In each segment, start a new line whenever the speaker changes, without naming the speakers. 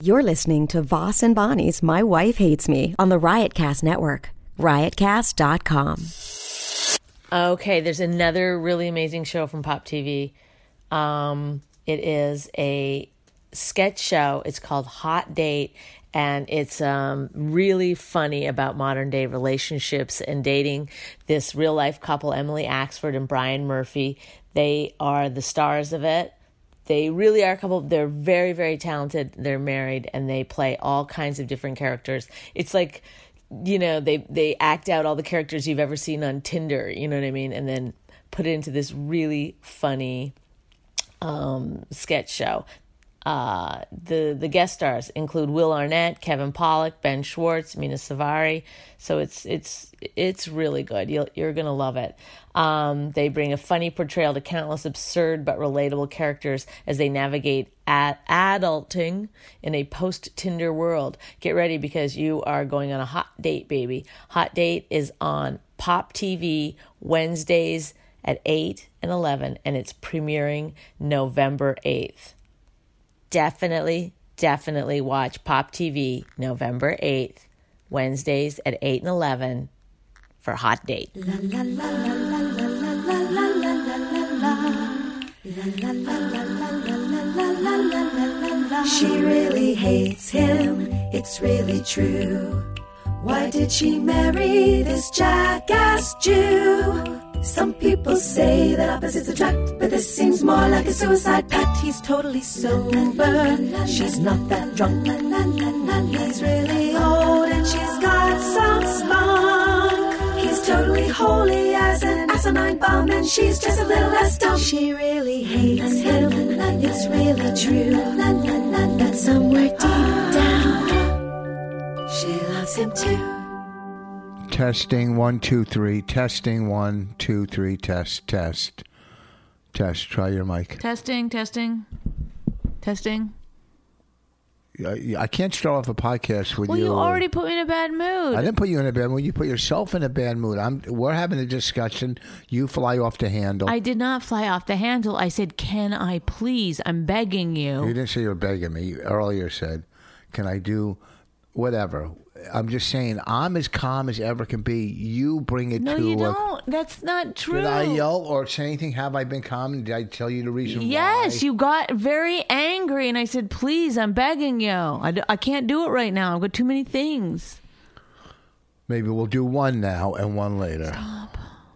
You're listening to Voss and Bonnie's My Wife Hates Me on the Riotcast Network, riotcast.com.
Okay, there's another really amazing show from Pop TV. Um, it is a sketch show. It's called Hot Date, and it's um, really funny about modern day relationships and dating. This real life couple, Emily Axford and Brian Murphy, they are the stars of it. They really are a couple. They're very, very talented. They're married and they play all kinds of different characters. It's like, you know, they, they act out all the characters you've ever seen on Tinder, you know what I mean? And then put it into this really funny um, sketch show. Uh, the the guest stars include Will Arnett, Kevin Pollock, Ben Schwartz, Mina Savari. So it's it's it's really good. You'll, you're gonna love it. Um, they bring a funny portrayal to countless absurd but relatable characters as they navigate ad- adulting in a post Tinder world. Get ready because you are going on a hot date, baby. Hot date is on Pop TV Wednesdays at eight and eleven, and it's premiering November eighth definitely, definitely watch Pop TV November 8th, Wednesdays at 8 and 11 for Hot Date.
She really hates him, it's really true. Why did she marry this jackass Jew? Some people say that opposites attract, but this seems more like a suicide pact. He's totally sober, she's not that drunk. He's really old and she's got some spunk. He's totally holy as an asinine bomb, and she's just a little less dumb. She really hates him, it's really true. But somewhere deep down, she loves him too.
Testing one, two, three. Testing one, two, three. Test, test, test. Try your mic.
Testing, testing, testing.
I, I can't start off a podcast with
Well,
you.
you already put me in a bad
I
mood.
didn't put you in a bad mood. You put yourself in a bad mood. I'm. We're having a discussion. You fly off the handle.
I did not fly off the handle. I said, "Can I please? I'm begging
you
you."
didn't say you were begging me. You earlier said, "Can I do whatever?" I'm just saying. I'm as calm as ever can be. You bring it
No,
to.
you
a-
don't. That's not true.
Did I yell or say anything? Have I been calm? Did I tell you the reason why?
Yes, you got very angry, and I said, "Please, I'm begging you. I, d- I can't do it right now. I've got too many things."
Maybe we'll do one now and one later.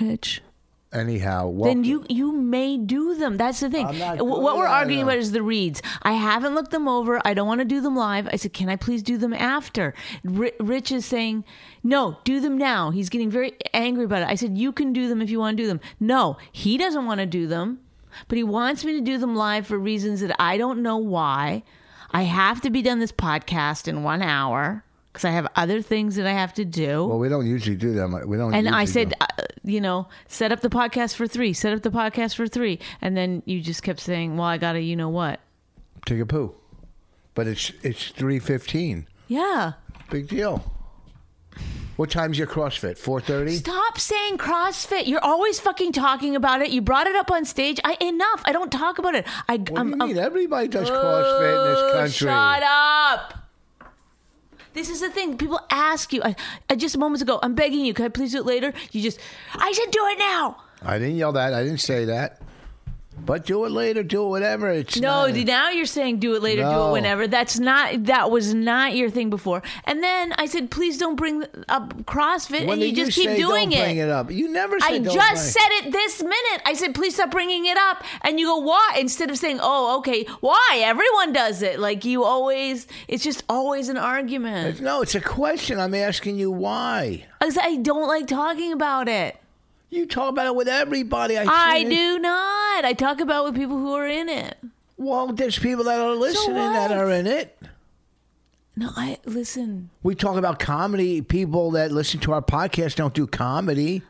Rich.
Anyhow, welcome.
Then you you may do them. That's the thing.
I'm not
Wh- What
good
we're
at
arguing
them.
about is the reads. I haven't looked them over. I don't want to do them live. I said, can I please do them after? R- Rich is saying, no, do them now. He's getting very angry about it. I said, you can do them if you want to do them. No, he doesn't want to do them, but he wants me to do them live for reasons that I don't know why. I have to be done this podcast in one hour because I have other things that I have to do.
Well, we don't usually do that. much. We don't.
And I
usually
said,
do-
uh, you know, set up the podcast for three, set up the podcast for three. And then you just kept saying, well, I got to, you know what?
take a poo, but it's it's three fifteen.
Yeah.
Big deal. What time's your CrossFit? Four thirty.
Stop saying CrossFit. You're always fucking talking about it. You brought it up on stage. I enough. I don't talk about it. I
What
I'm-
do you
I'm-
mean? Everybody does CrossFit in
Oh,
this country.
Shut up. This is the thing. People ask you. I, I just moments ago. I'm begging you. Can I please do it later? You just. I said do it now.
I didn't yell that. I didn't say that. But do it later. Do it whatever. It's
No,
not-
d- now you're saying do it later, do
No.
it whenever. That's not that was not your thing before. And then I said, please don't bring up CrossFit,
When
and you
did
just
say
keep doing
don't
it.
Bring it up. You never. Said
I
don't
just
bring-
said it this minute. I said, please stop bringing it up. And you go, why? Instead of saying, oh, okay, why? Everyone does it. Like you always, it's just always an argument.
No, it's a question. I'm asking you why.
I said, I don't like talking about it.
You talk about it with everybody. I,
I
see it.
do not. I talk about with people who are in it.
Well, there's people that are listening that
what?
are in it.
No, I listen.
We talk about comedy. People that listen to our podcast don't do comedy.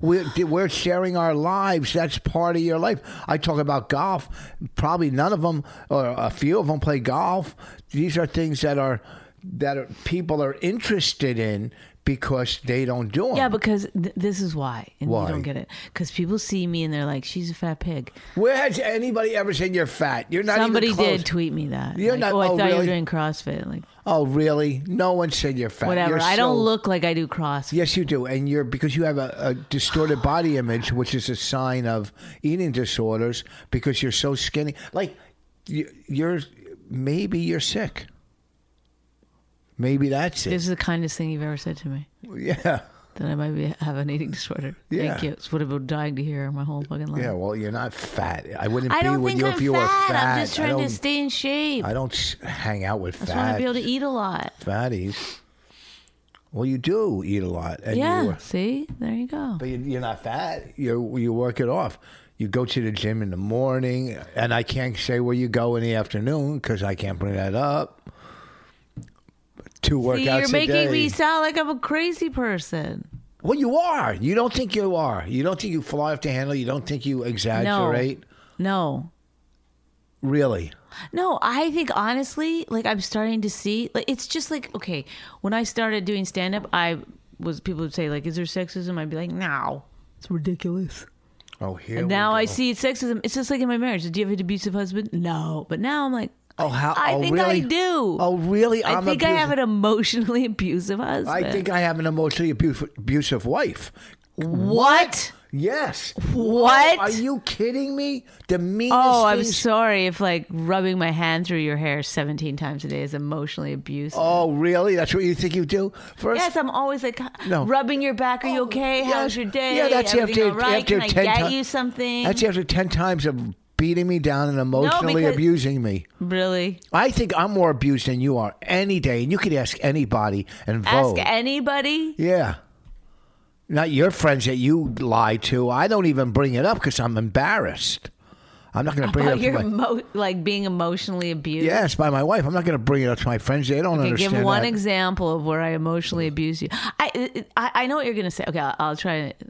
We're, we're sharing our lives. That's part of your life. I talk about golf. Probably none of them, or a few of them, play golf. These are things that are that are, people are interested in because they don't do them.
Yeah, because th- this is why, and
Uh-huh. Why?
you don't get it. Because people see me and they're like, "She's a fat pig."
Where has anybody ever said you're fat? You're not. even
Somebody
close.
did tweet me that.
You're
Like,
not-
oh, I
oh,
thought you were
really?
doing CrossFit. Like
Oh, really? No one said you're fat.
whatever.
You're
I don't
so-
look like I do CrossFit.
Yes, you do, and you're because you have a, a distorted body image, which is a sign of eating disorders. Because you're so skinny, like you, you're maybe you're sick. Maybe that's it.
This is the kindest thing you've ever said to me.
Yeah,
That I might be, have an eating disorder.
Yeah.
Thank you. It's what I've been dying to hear my whole fucking life.
yeah. Well, you're not fat. I wouldn't
I
be
don't
with
think
you
I'm
if you
fat.
were fat.
I'm just
I
trying
don't,
to stay in shape.
I don't s- hang out with
I just want to
fat
be able to eat a lot.
fatties. Well, you do eat a lot, and
yeah.
you,
See, there you go.
But you- you're not fat. You you work it off. You go to the gym in the morning, and I can't say where you go in the afternoon because I can't bring that up. Two workouts
See, you're
a
making
day.
me sound like I'm a crazy person.
well, you are. You don't think you are. You don't think you fly off the handle. You don't think you exaggerate.
No.
Really?
No, I think honestly, like I'm starting to see, like it's just like okay. When I started doing stand up, I was people would say like, "Is there sexism?" I'd be like, "No, it's ridiculous."
Oh, here.
And
we
now I
go.
see it's sexism. It's just like in my marriage. Do you have an abusive husband? No, but now I'm like,
Oh, how?
I
oh,
think
really?
I do.
Oh, really?
I
I'm
think I have
abusive.
an emotionally abusive husband.
I think I have an emotionally abu- abusive wife.
what?
Yes.
What?
Are you kidding me? The meanest.
Oh, I'm
things-
sorry if like rubbing my hand through your hair 17 times a day is emotionally abusive.
Oh, really? That's what you think you do? First,
Yes, I'm always like
No.
rubbing your back. Are you okay?
yes.
How's your day?
Yeah, that's
Everything
after-
all right?
after
Can
10
I get
ti-
you something?
that's after 10 times of beating me down and emotionally
because-
abusing me.
really?
I think I'm more abused than you are any day, and you could ask anybody and vote.
Ask anybody.
yeah. Not your friends that you lie to. I don't even bring it up because I'm embarrassed. I'm not going to bring it
About
up to
your
my...
emo- like being emotionally abused.
Yes, by my wife. I'm not going to bring it up to my friends. They don't
Okay,
understand
give one
that.
example of where I emotionally abused you. I, I I know what you're gonna say. Okay, I'll, I'll try. to-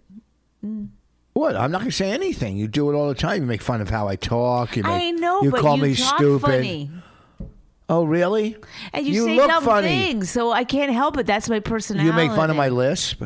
What? I'm not going to say anything. You do it all the time. You make fun of how I talk. You make,
I know,
You
but
call
you
me
talk
stupid.
funny,
Oh, really?
and you, say
look
dumb
funny.
things. So I can't help it. That's my personality.
You make fun of my lisp.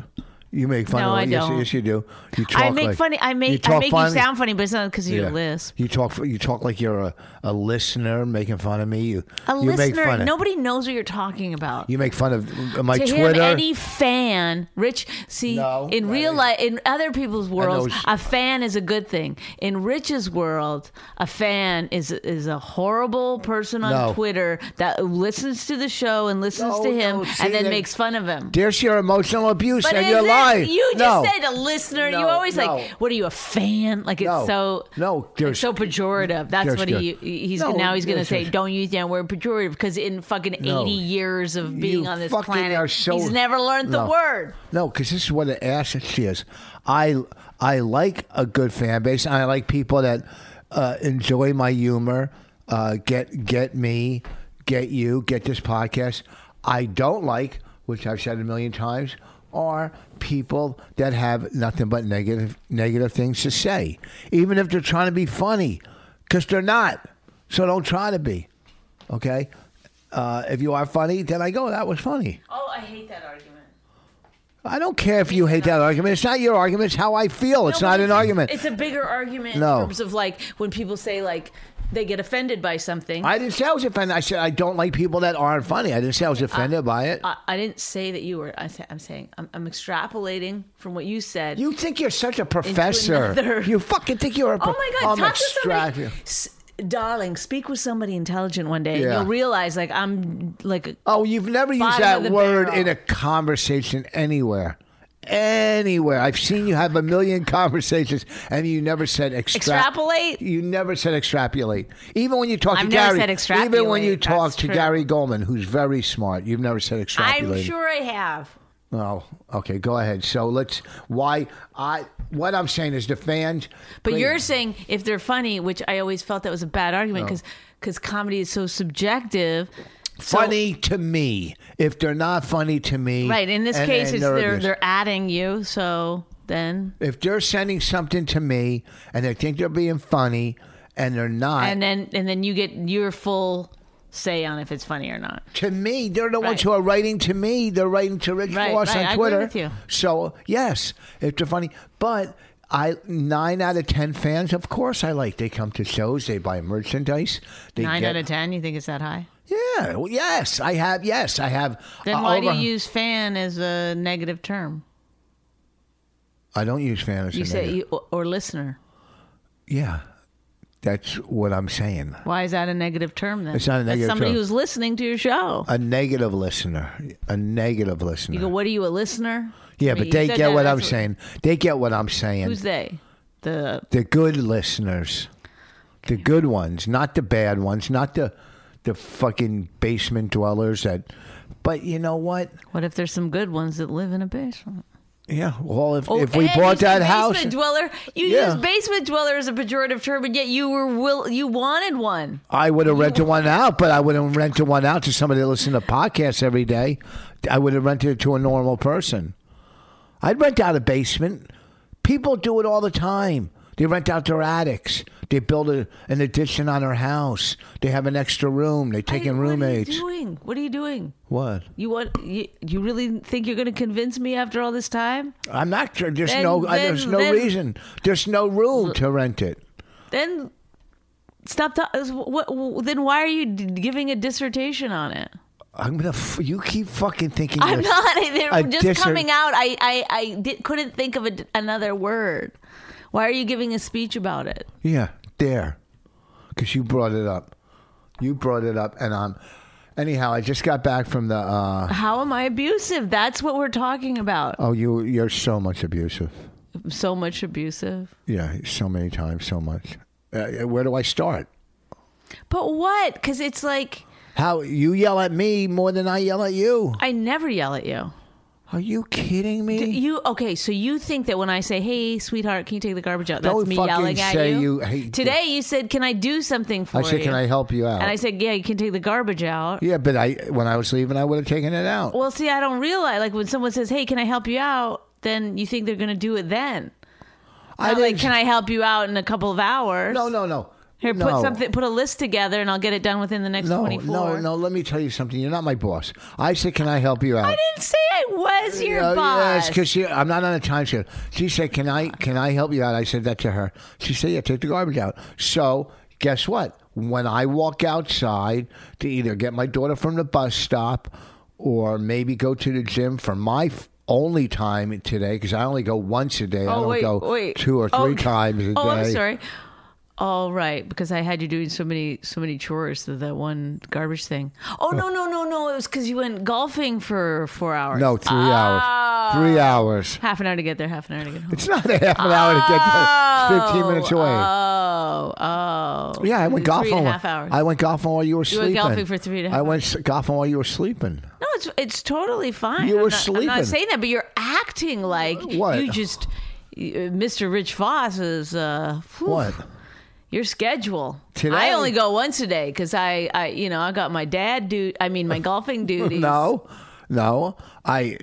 You make fun
No,
of
I
yes,
don't.
yes, you do. You talk.
I make
like,
funny. I make I
talk
make
funny-
you sound funny, but it's not because of
Yeah.
your lisp.
You talk. You talk like you're a, a listener making fun of me. You
A
you make
listener,
fun of
nobody knows what you're talking about.
you make fun of uh, my
to
Twitter.
him, any fan, Rich. See,
No,
in
that
real
is-
life, in other people's worlds,
it's-
a fan is a good thing. In Rich's world, a fan is is a horrible person on
No.
Twitter that listens to the show and listens
No,
to him
no, see,
and then
that-
makes fun of him.
There's your emotional abuse
But
and
is
your
it-
lying.
You just
no.
said a listener.
No,
you always
no.
like, what are you a fan? Like it's
No.
so
No, there's-
it's so pejorative. That's
there's
what he he's
No,
now he's gonna
there's-
say. Don't use that word pejorative because in fucking
No.
eighty years of being on this
fucking
planet,
are so-
he's never learned the
No.
word.
No, because this is what an ass she is. I I like a good fan base. And I like people that uh, enjoy my humor. Uh, get get me, get you, get this podcast. I don't like, which I've said a million times, are people that have nothing but negative negative things to say, even if they're trying to be funny, because they're not. So don't try to be. Okay. Uh, if you are funny, then I go. That was funny.
Oh, I hate that argument.
I don't care if you hate that argument. It's not your argument. It's how I feel. It's not an argument.
It's a bigger argument
No.
in terms of like when people say like they get offended by something.
I didn't say I was offended. I said I don't like people that aren't funny. I didn't say I was offended by it.
Uh, I, I didn't say that you were. I say, I'm saying I'm, I'm extrapolating from what you said.
you think you're such a professor.
another-
You fucking think you're a
Oh
pro-
my God!
I'm
talk to somebody,
extract-
S- darling. Speak with somebody intelligent one day,
Yeah.
and you'll realize like I'm like
Oh, you've never used
Bottom of
that
the
word
barrel.
in a conversation anywhere. Anywhere. I've seen you have a million conversations and you never said extra-
extrapolate.
You never said extrapolate. Even when you talk
I've
to
never
Gary.
said extrapolate.
Even when you talk
That's
to
true.
Gary Goldman, who's very smart, you've never said extrapolate.
I'm sure I have.
Oh, okay. Go ahead. So let's. Why I? What I'm saying is the fans.
But
please-
you're saying if they're funny, which I always felt that was a bad argument because comedy is so subjective. So-
funny to me. If they're not funny to me,
right? In this
and-
case,
and
it's
they're
they're
abused.
they're adding you. So then,
if they're sending something to me and they think they're being funny and they're not,
and then and then you get your full say on if it's funny or not.
to me, they're the ones
Right.
who are writing to me. They're writing to Rich
Right,
Voss
right,
on
I agree
Twitter.
with you.
So yes, it's they're funny, but. I nine out of ten fans, of course I like. They come to shows, they buy merchandise. They
Nine
get,
out of ten. You think it's that high?
Yeah, well, yes, I have. Yes, I have.
Then
uh,
why do
over-
you use fan as a negative term?
I don't use fantasy.
You say you, or- or listener.
yeah, that's what I'm saying.
Why is that a negative term then?
It's not a
That's
negative
somebody
term.
who's listening to your show.
A negative listener, a negative listener.
You go, what are you a listener?
yeah,
I mean,
but
you
they
said
get
that,
what
that's
I'm saying. They get what I'm saying.
Who's they? The
the good listeners, the good ones, not the bad ones, not the the fucking basement dwellers that. But you know what?
what if there's some good ones that live in a basement?
Yeah. Well, if if
Oh,
we
Ed, you
bought
said
that house,
basement dweller. You
Yeah.
used basement dweller as a pejorative term, and yet you were will you wanted one.
I would have rented one out. But I would have rented one out to somebody that listened to podcasts every day. I would have rented it to a normal person. I'd rent out a basement. People do it all the time. They rent out their attics. They build a, an addition on their house. They have an extra room. They take
I-
in
What are
roommates.
you doing? What are you doing?
What?
You want you, you really think you're going to convince me after all this time?
I'm not sure. There's
Then-
no. I
then-
there's no
then-
reason. There's no room to rent it.
Then stop. Talk, what, what, then why are you d- giving a dissertation on it?
I'm gonna. F- you keep fucking thinking.
I'm
you're-
not. They're
a
just
dissert-
coming out. I I, I did, couldn't think of a, another word. Why are you giving a speech about it?
Yeah, there, because you brought it up. You brought it up, and I'm. Anyhow, I just got back from the. uh
How am I abusive? That's what we're talking about.
Oh, you you're so much abusive.
So much abusive.
Yeah, so many times, so much. Uh, where do I start?
But what? Because it's like
How you yell at me more than I yell at you?
I never yell at you.
Are you kidding me?
Do You okay? So you think that when I say, "Hey, sweetheart, can you take the garbage out?" That's
Don't
me
fucking
yelling at
say
you.
you- hey,
Today you said, "Can I do something for
I
you?"
said, can I help you out?
And I said, "Yeah, you can take the garbage out."
yeah, but I when I was leaving, I would have taken it out.
Well, see, I don't realize like when someone says, "Hey, can I help you out?" Then you think they're going to do it then.
I
Not like,
didn't-
can I help you out in a couple of hours?
No, no, no.
Here, put
No.
something, put a list together, and I'll get it done within the next
No,
twenty-four.
no, no. Let me tell you something. You're not my boss. I said, "Can I help you out?"
I didn't say I was your
Uh,
boss.
Yes, because I'm not on a time schedule. She said, "Can I can I help you out?" I said that to her. She said, "Yeah, take the garbage out." So guess what? When I walk outside to either get my daughter from the bus stop or maybe go to the gym for my f- only time today, because I only go once a day. I
oh
don't
wait,
go
wait.
two or
Oh,
three times a day.
Oh, I'm sorry. All right, because I had you doing so many so many chores that that one garbage thing. Oh no no no no! It was because you went golfing for four hours.
No, three
Ah.
hours. Three hours.
Half an hour to get there, half an hour to get home.
It's not a half an hour to get there. It's Fifteen minutes away.
Oh, oh.
yeah, I went
Three and a
golfing. while-
half hours.
I went golfing while you were
went
sleeping.
golfing for three and a half
I went s- golfing while you were sleeping.
No, it's it's totally fine.
You
I'm
were
not, I'm
sleeping.
not saying that, but you're acting like
What?
you just uh, Mr. Rich Foss is uh whew,
What?
your schedule.
Today?
I only go once a day cuz I I you know, I got my dad do I mean my golfing duties.
No, no. I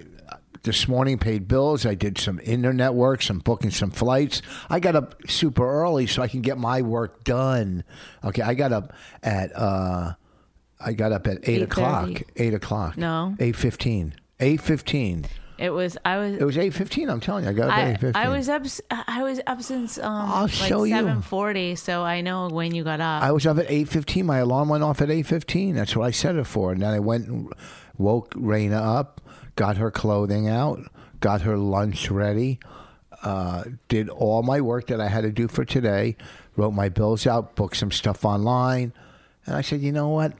this morning paid bills. I did some internet work, some booking some flights. I got up super early so I can get my work done. Okay, I got up at uh, I got up at eight o'clock.
8:30.
Eight o'clock.
No.
eight fifteen. Eight fifteen.
It was I was
It was eight fifteen. I'm telling you, I got up at
I,
eight fifteen.
I was up s- I was up since um
I'll
like
show you.
7:40, so I know when you got up.
I was up at eight fifteen. My alarm went off at eight fifteen. That's what I set it for. And then I went, and woke Raina up, got her clothing out, got her lunch ready, uh, did all my work that I had to do for today, wrote my bills out, booked some stuff online, and I said, you know what?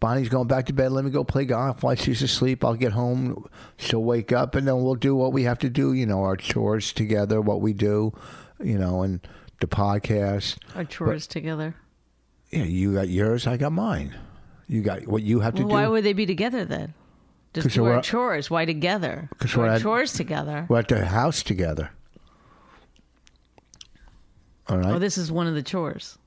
Bonnie's going back to bed. Let me go play golf while she's asleep. I'll get home. She'll wake up, and then we'll do what we have to do. You know, our chores together, what we do, you know, and the podcast.
our chores together.
Yeah, you got yours. I got mine. You got what you have to
Well, why
do.
would they be together then?
'Cause
Just do
we're
our
at-
chores. Why together?
'Cause
Do
we're
our
at-
chores together.
We're at the house together. All right.
Oh, this is one of the chores.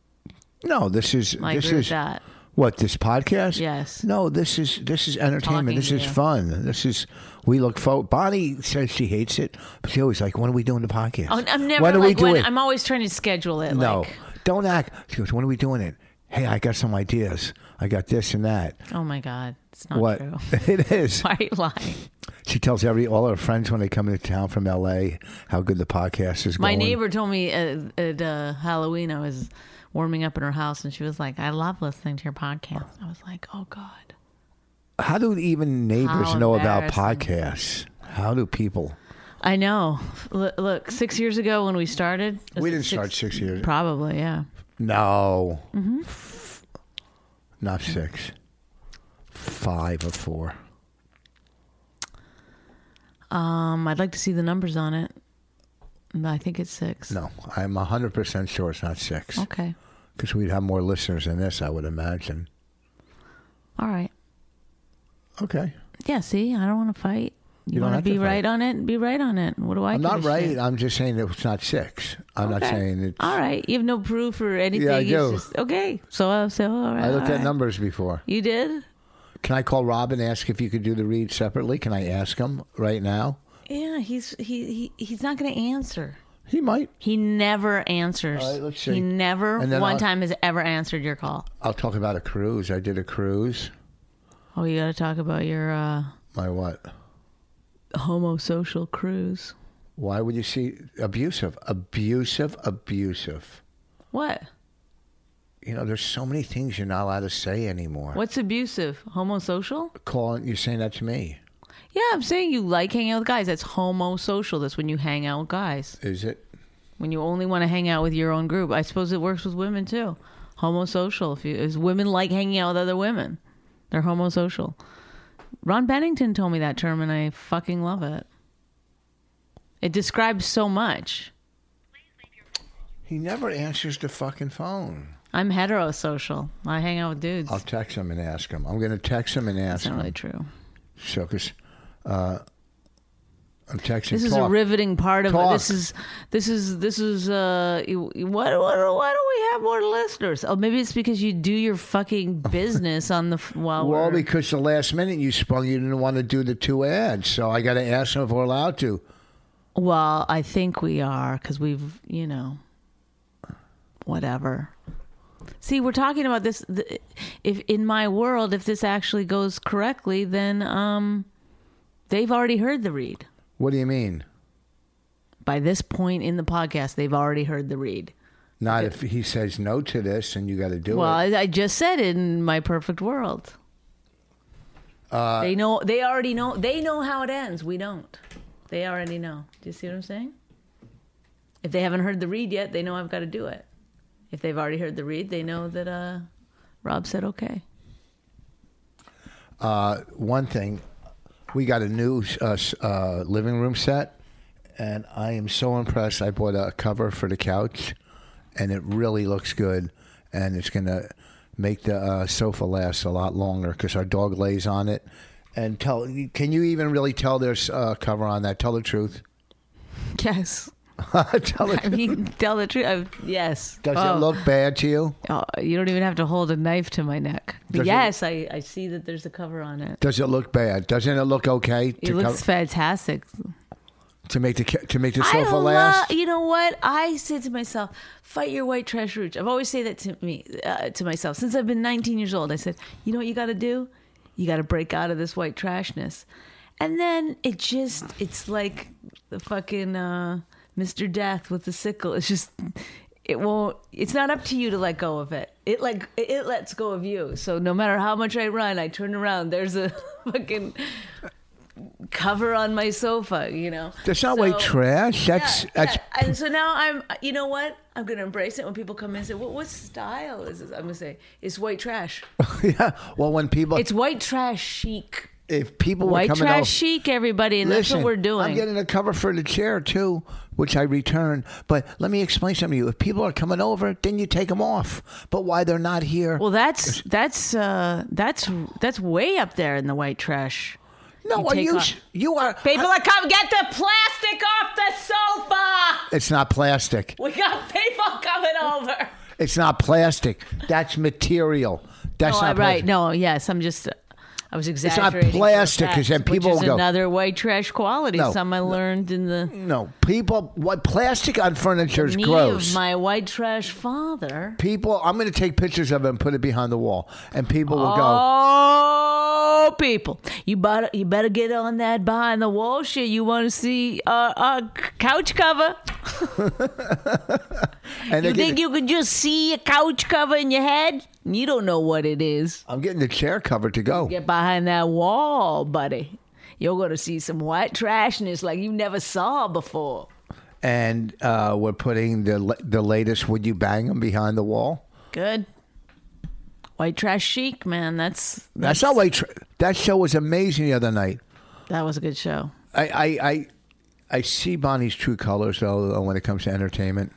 no, this is
I
this
agree
is
with that.
what this podcast.
Yes.
No, this is this is
Talking
entertainment. This
to
is
you.
fun. This is we look forward. Bonnie says she hates it, but she always like, when are we doing the podcast?
Oh, I'm never
When are we
like,
doing?
I'm always trying to schedule it.
no,
Like,
don't act. She goes, when are we doing it? hey, I got some ideas. I got this and that.
Oh my God, it's not
what?
true.
It is.
Why are you lying?
She tells every all her friends when they come into town from L.A. how good the podcast is
My
going.
neighbor told me at, at uh, Halloween I was warming up in her house, and she was like, "I love listening to your podcast." I was like, "Oh God."
How do even neighbors
How
know about
embarrassing.
podcasts? How do people?
I know. L- look, six years ago when we started,
We didn't start six years.
Probably, yeah.
No.
Mm-hmm.
Not six. Five or four.
Um, I'd like to see the numbers on it. But I think it's six.
No, I'm 100% sure it's not six.
Okay.
Because we'd have more listeners than this, I would imagine.
All right.
Okay.
Yeah. See, I don't want to fight. You,
don't
want
have
to
to
be right
fight.
on it? Be right on it. What do I?
I'm
give
not
a
right.
shit?
I'm just saying that it's not six. I'm not
Okay.
saying it's.
All right. You have no proof or anything.
I
It's
do.
just- okay. So I'll say, all right.
I looked
all
at
right.
numbers before.
You did?
Can I call Rob and ask if you could do the read separately? Can I ask him right now?
Yeah. He's he, he he's not going to answer.
He might.
He never answers.
All right, let's see.
He never
And then
one
I'll-
time has ever answered your call.
I'll talk about a cruise. I did a cruise.
Oh, you got to talk about your uh,
My what?
homosocial cruise.
Why would you see abusive, abusive, abusive?
What?
You know, there's so many things you're not allowed to say anymore.
What's abusive? Homosocial?
Calling, you're saying that to me.
Yeah, I'm saying you like hanging out with guys. That's homosocial. That's when you hang out with guys.
Is it?
When you only want to hang out with your own group. I suppose it works with women too. Homosocial. If, you, if women like hanging out with other women, they're homosocial. Ron Bennington told me that term, and I fucking love it. It describes so much.
He never answers the fucking phone.
I'm heterosocial. I hang out with dudes.
I'll text him and ask him. I'm going to text him and ask
That's not
him.
really true.
So, 'cause, uh, I'm texting.
This is a
talk.
riveting part of it. This
Talk.
is this is this is uh you- you- what, what why don't we have more listeners? Oh, maybe it's because you do your fucking business on the f- while
Well,
we're
because the last minute you sprung, you didn't want to do the two ads, so I got to ask them if we're allowed to.
well, I think we are because we've you know whatever. See, we're talking about this. th- If in my world, if this actually goes correctly, then um, they've already heard the read.
What do you mean?
By this point in the podcast, they've already heard the read.
Not if he says no to this, and you got to do
Well,
it.
I, I just said it in my perfect world.
Uh,
they know. They already know. They know how it ends. We don't. They already know. Do you see what I'm saying? If they haven't heard the read yet, they know I've got to do it. If they've already heard the read, they know that uh, Rob said okay.
One thing, we got a new uh, s- uh, living room set, and I am so impressed. I bought a cover for the couch, and it really looks good, and it's gonna make the uh, sofa last a lot longer because our dog lays on it. And tell, can you even really tell there's a cover on that? Tell the truth.
Yes.
tell the
I mean, tell the truth. i yes.
Does
Oh.
it look bad to you?
Oh, you don't even have to hold a knife to my neck.
Does it-
yes, I, I see that there's a cover on it.
Does it look bad? Doesn't it look okay
It
to,
looks
co-
fantastic.
to make the ca- to make the
I
sofa
love.
last?
you know what? I said to myself, "Fight your white trash roots." I've always say that to me, uh, to myself, since I've been 19 years old. I said, "You know what you got to do? You got to break out of this white trashness." And then it just—it's like the fucking uh, Mr. Death with the sickle. It's just. It won't. It's not up to you to let go of it. It like it lets go of you. So no matter how much I run, I turn around. There's a fucking cover on my sofa. You know.
That's not
So-
white trash. That's
yeah,
that's
yeah. and so now I'm you know what I'm gonna embrace it when people come in and say what what style is this I'm gonna say it's white trash
yeah. Well, when people
it's white trash chic
if people
white
were coming
trash
over,
chic everybody and
listen,
that's what we're doing
I'm getting a cover for the chair too, which I return. But let me explain something to you. If people are coming over, then you take them off. But why they're not here?
well that's that's uh that's that's way up there in the white trash
no,
you
are
take
you
off.
sh- you are?
people are come get the plastic off the sofa
It's not plastic.
we got people coming over
It's not plastic. That's material. That's
oh,
not plastic.
right no yes I'm just I was
not
exaggerating. for
plastic, 'cause then
effect,
people
which
will
is
go-
another white trash quality.
No.
Some I learned in the
No, people. What plastic on furniture is
knee
gross.
of my white trash father.
people, I'm going to take pictures of it and put it behind the wall, and people will go.
Oh, people! You better you better get on that behind the wall shit. You want to see a uh, uh, c- couch cover?
And
You
they get-
think you can just see a couch cover in your head? You don't know what it is.
I'm getting the chair covered to go.
Get behind that wall, buddy. You're gonna see some white trashness like you never saw before.
And uh, we're putting the la- the latest "Would you bang them behind the wall?
Good. White trash chic, man. That's
That's not like tr- that show was amazing the other night.
that was a good show.
I I I, I see Bonnie's true colors though though, when it comes to entertainment.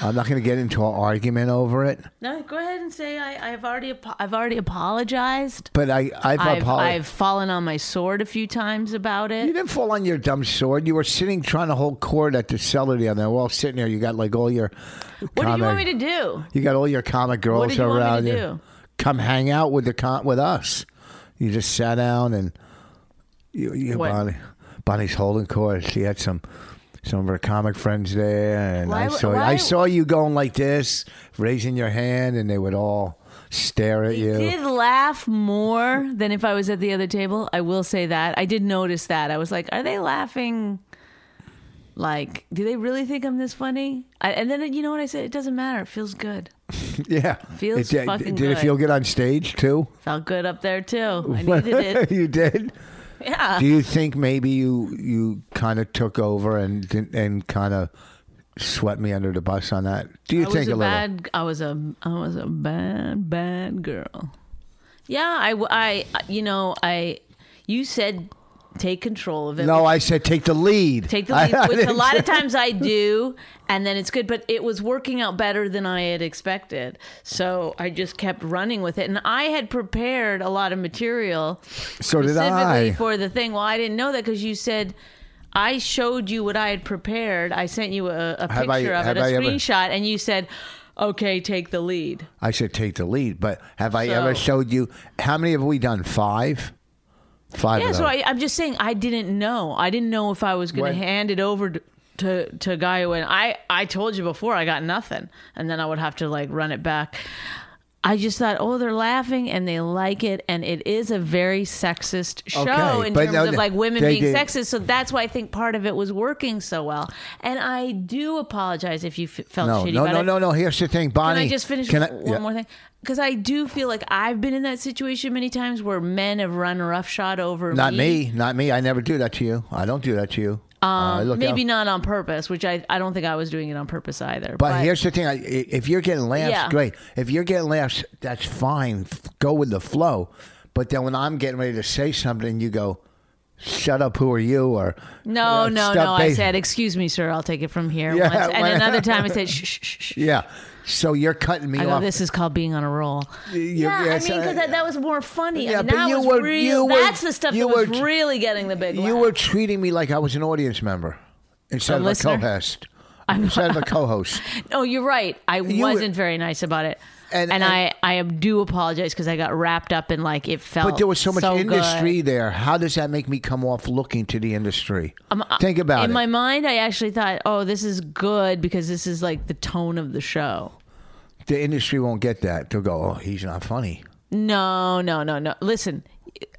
I'm not going to get into an argument over it,
No, go ahead and say I, I've already apo- I've already apologized.
but I I've
I've,
apolog-
I've fallen on my sword a few times about
You
it.
didn't fall on your dumb sword. You were sitting trying to hold court at the cellar the other night. We're all sitting there. You got like all your.
What do you want me to do?
You got all your comic girls
What did you want me
around
to
you.
do?
Come hang out with the con- with us. You just sat down and you, you
What?
Bonnie, Bonnie's holding court. She had some some of her comic friends there, and
Why
I
w-
saw
why-
I saw you going like this, raising your hand, and they would all stare at you.
Did laugh more than if I was at the other table. I will say that I did notice that. I was like, are they laughing? Like, do they really think I'm this funny? I, and then you know what I said? It doesn't matter. It feels good.
Yeah,
Feels
It did,
fucking
did it
good.
feel good on stage too?
Felt good up there too. I needed it.
you did.
Yeah.
Do you think maybe you you kind of took over and didn't- and kind of swept me under the bus on that? Do you
I
think
was a,
a little?
bad. I was a. I was a bad, bad girl. Yeah, I. w- I- You know, I. You said take control of it.
No, I said take the lead.
Take the
I- I
lead, which a
didn't
lot of
say-
times I do, and then it's good. But it was working out better than I had expected, so I just kept running with it. And I had prepared a lot of material
So did
specifically
I.
for the thing. Well, I didn't know that because you said I showed you what I had prepared. I sent you a, a
Have
picture
I-
of it,
have
a
I ever-
screenshot, and you said, "Okay, take the lead."
I said take the lead, but have I ever
So-
showed you how many have we done? Five, five.
Yeah,
of
so
those.
I, I'm just saying I didn't know. I didn't know if I was going
When-
to hand it over to to, to Gaio, and I I told you before I got nothing, and then I would have to like run it back. I just thought, oh, they're laughing and they like it, and it is a very sexist show
Okay,
in
but
terms
no,
of like women
they
being
did-
sexist. So that's why I think part of it was working so well. And I do apologize if you f- felt
no,
shitty
no,
about
no,
it.
no, no. Here's the thing, Bonnie.
Can I just finish
can I-
one
yeah.
more thing? Because I do feel like I've been in that situation many times where men have run roughshod over
Not me, not me. I never do that to you. I don't do that to you. Um, look
Maybe
out.
not on purpose, which I, I don't think I was doing it on purpose either.
But here's the thing: I- i- if you're getting laughs,
Yeah.
great. If you're getting laughs, that's fine. F- Go with the flow. But then when I'm getting ready to say something, you go, "Shut up! Who are you?" Or
no,
uh,
no,
"Stop
no. I
bas-
said, "Excuse me, sir. I'll take it from here."
Yeah,
once. And
when-
another time, I said, "Shh, shh, shh." shh.
"Yeah." So you're cutting me
I go,
off.
"This is called being on a roll." Yeah, I mean,
yes, I-
because that, that was more funny.
Yeah,
I mean,
but
that
you
was
were-
real.
you were-
that's the stuff
you
that was
were-
really getting the big.
you
laugh.
were treating me like I was an audience member instead
A
of
listener?
a co-host. Instead of a co-host.
Oh, you're right. I
were-
wasn't very nice about it,
And-
and, I I do apologize because I got wrapped up in like it felt.
But there was so much
Oh, good.
industry there. How does that make me come off looking to the industry? Think about
Um, uh, in
it.
my mind, I actually thought, "Oh, this is good because this is like the tone of the show."
the industry won't get that. They'll go, "Oh, he's not funny."
No, no, no, no. Listen,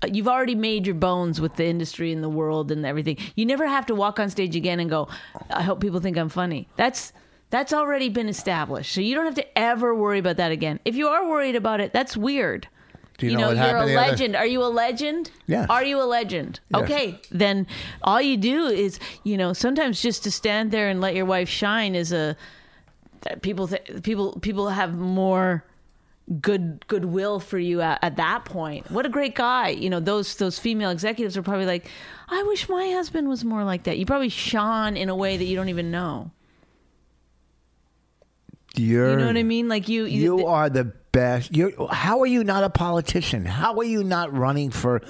you've already made your bones with the industry and the world and everything. You never have to walk on stage again and go, "I hope people think I'm funny." That's that's already been established. So you don't have to ever worry about that again. If you are worried about it, that's weird.
Do you,
you know,
what
you're
happened?
a
the other-
legend. Are you a legend?
Yes.
Are you a legend?
Yes.
Okay, then all you do is, you know, sometimes just to stand there and let your wife shine is a that people th- people people have more good goodwill for you at, at that point. What a great guy. You know, those those female executives are probably like, "I wish my husband was more like that." You probably shone in a way that you don't even know.
You're,
You know what I mean? Like you
You are the best. You're, how are you not a politician? How are you not running for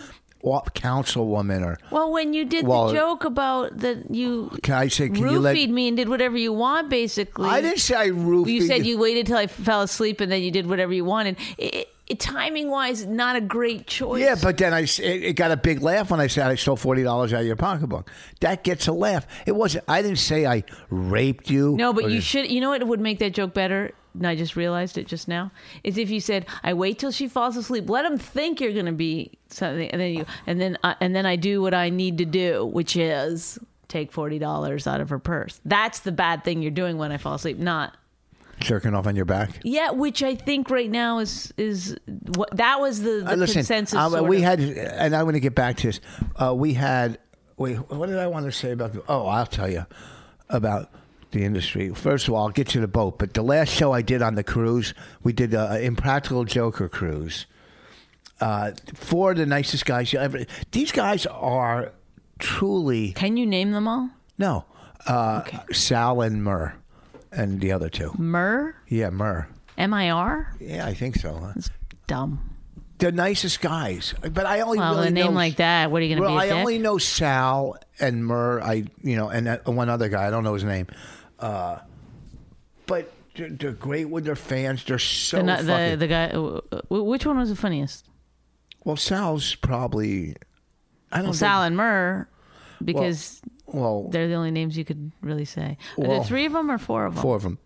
wa- councilwoman or
Well, when you did
Well-
the joke about that you
Can I say, can
roofied
you let-
me and did whatever you want, basically.
I didn't say I roofied
You said you waited till I fell asleep and then you did whatever you wanted. It, timing wise, not a great choice.
Yeah, but then I s- it, it got a big laugh when I said I stole forty dollars out of your pocketbook. That gets a laugh. It wasn't. I didn't say I raped you.
No, but
or
you
this-
should. You know what would make that joke better? And I just realized it just now. Is if you said, "I wait till she falls asleep. Let them think you're going to be something," and then you, and then, I, and then I do what I need to do, which is take forty dollars out of her purse. That's the bad thing you're doing when I fall asleep. Not
jerking off on your back.
yeah, which I think right now is is what that was the, the
Uh, listen,
consensus.
um,
sort
we
of.
had, and I want to get back to this. Uh, we had, wait, what did I want to say about? The, oh, I'll tell you about the industry. First of all, I'll get to the boat. But the last show I did on the cruise, we did the Impractical Joker cruise. Uh, four of the nicest guys you ever. These guys are truly
Can you name them all?
no uh, Sal and Murr, and the other two.
Myrrh,
Yeah, Murr.
M I R.
Yeah, I think so.
Dumb.
The nicest guys, but I only
Well,
really
a name
know-
like that, what are you going to
Well, I
be? a dick?
only know Sal and Murr. I you know, and that, uh, one other guy. I don't know his name. Uh, but they're, they're great with their fans. They're so
the, nu- the
fucking.
the guy. w- w- Which one was the funniest?
well, Sal's probably. I don't.
Well, Sal and Murr, because
Think, well,
they're the only names you could really say. Are
Well,
there three of them or four of them?
four of them.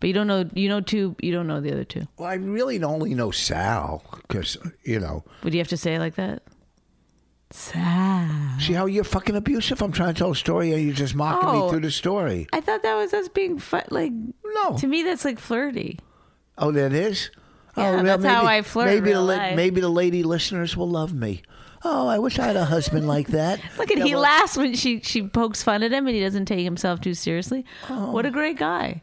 But you don't know. You know two. You don't know the other two.
Well, I really only know Sal because you know.
Would you have to say it like that? Sal.
See how you're fucking abusive. I'm trying to tell a story, and you're just mocking me
Oh.
through the story.
I thought that was us being fu- like.
No.
To me, that's like flirty.
Oh, that is.
Yeah,
oh, well,
that's how I flirt in
Maybe
real
the
life.
maybe the lady listeners will love me. Oh, I wish I had a husband like that.
Look at
Yeah,
he
well,
laughs when she she pokes fun at him and he doesn't take himself too seriously. What a great guy.
Oh.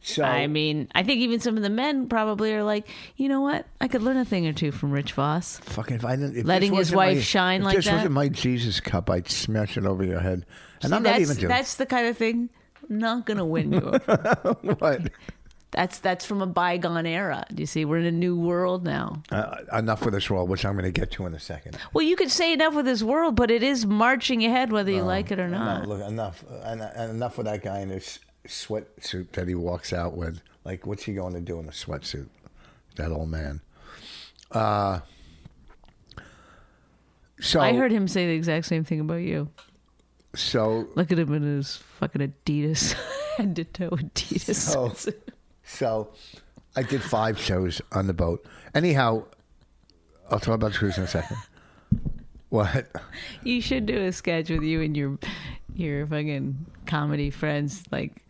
So,
I mean, I think even some of the men probably are like, you know what? I could learn a thing or two from Rich Voss.
fucking if I didn't, if
Letting
this
his
wasn't
wife
my-
shine
if
like
this
that?
wasn't my Jesus cup, I'd smash it over your head. And
See,
I'm not
that's,
even doing
that's the kind of thing I'm not gonna win you. over.
what.
that's that's from a bygone era. Do you see? We're in a new world now.
Uh, enough with this world, which I'm going to get to in a second.
Well, you could say enough with this world, but it is marching ahead whether
Oh,
you like it or
No,
not.
look, enough, uh, en- en- enough with that guy in his sweatsuit that he walks out with. Like, what's he going to do in a sweatsuit? That old man. Uh, so
I heard him say the exact same thing about you.
So
Look at him in his fucking Adidas, head to toe Adidas.
So-
suit.
so I did five shows on the boat. Anyhow, I'll talk about the cruise in a second. What?
You should do a sketch with you and your your fucking comedy friends, like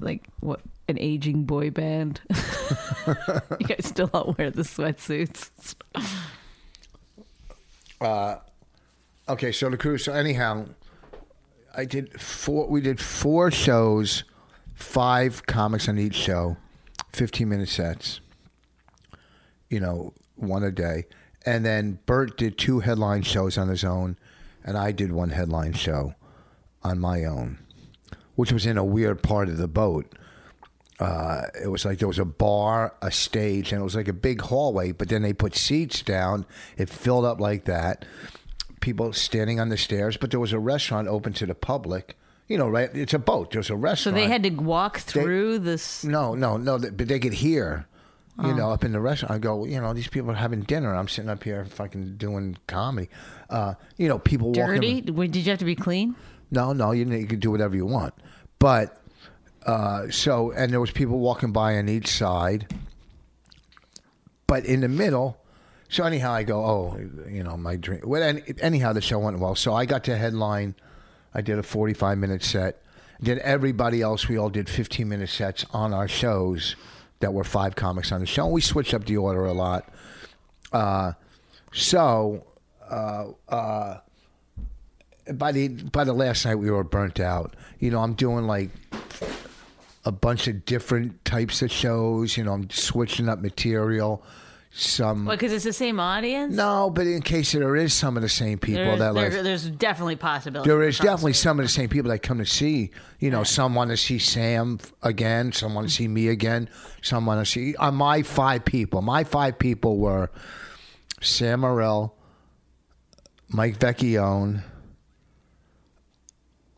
like what an aging boy band. you guys still all wear the sweatsuits.
Okay, so the cruise. So anyhow, I did four. We did four shows, five comics on each show, fifteen minute sets. You know, one a day, and then Bert did two headline shows on his own, and I did one headline show on my own, which was in a weird part of the boat. Uh, it was like there was a bar, a stage, and it was like a big hallway. But then they put seats down. It filled up like that people standing on the stairs, but there was a restaurant open to the public. You know, right? It's a boat. There's a
So
restaurant.
they had to walk through this.
No, no, no. th- But they could hear, you know, up in the restaurant. I go, you know, these people are having dinner. I'm sitting up here fucking doing comedy. Uh, you know, people
Dirty?
walking.
Did you have to be clean?
No, no, you, you can do whatever you want. But uh, so, and there was people walking by on each side. But in the middle, so anyhow, I go, oh, you know, my dream. Well, any, anyhow, the show went well. So I got to headline. I did a 45 minute set. Did everybody else? We all did 15 minute sets on our shows that were five comics on the show. And we switched up the order a lot. Uh, so uh, uh, by the by the last night, we were burnt out. You know, I'm doing like a bunch of different types of shows. You know, I'm switching up material. Some
Because it's the same audience.
no, but in case there is some of the same people
There's,
that like
there- there's definitely possibility.
there is definitely some of the same people that come to see. You know, some want to see Sam f- again, some want to see me again, some want to see uh, my five people. My five people were Sam Morrell, Mike Vecchione,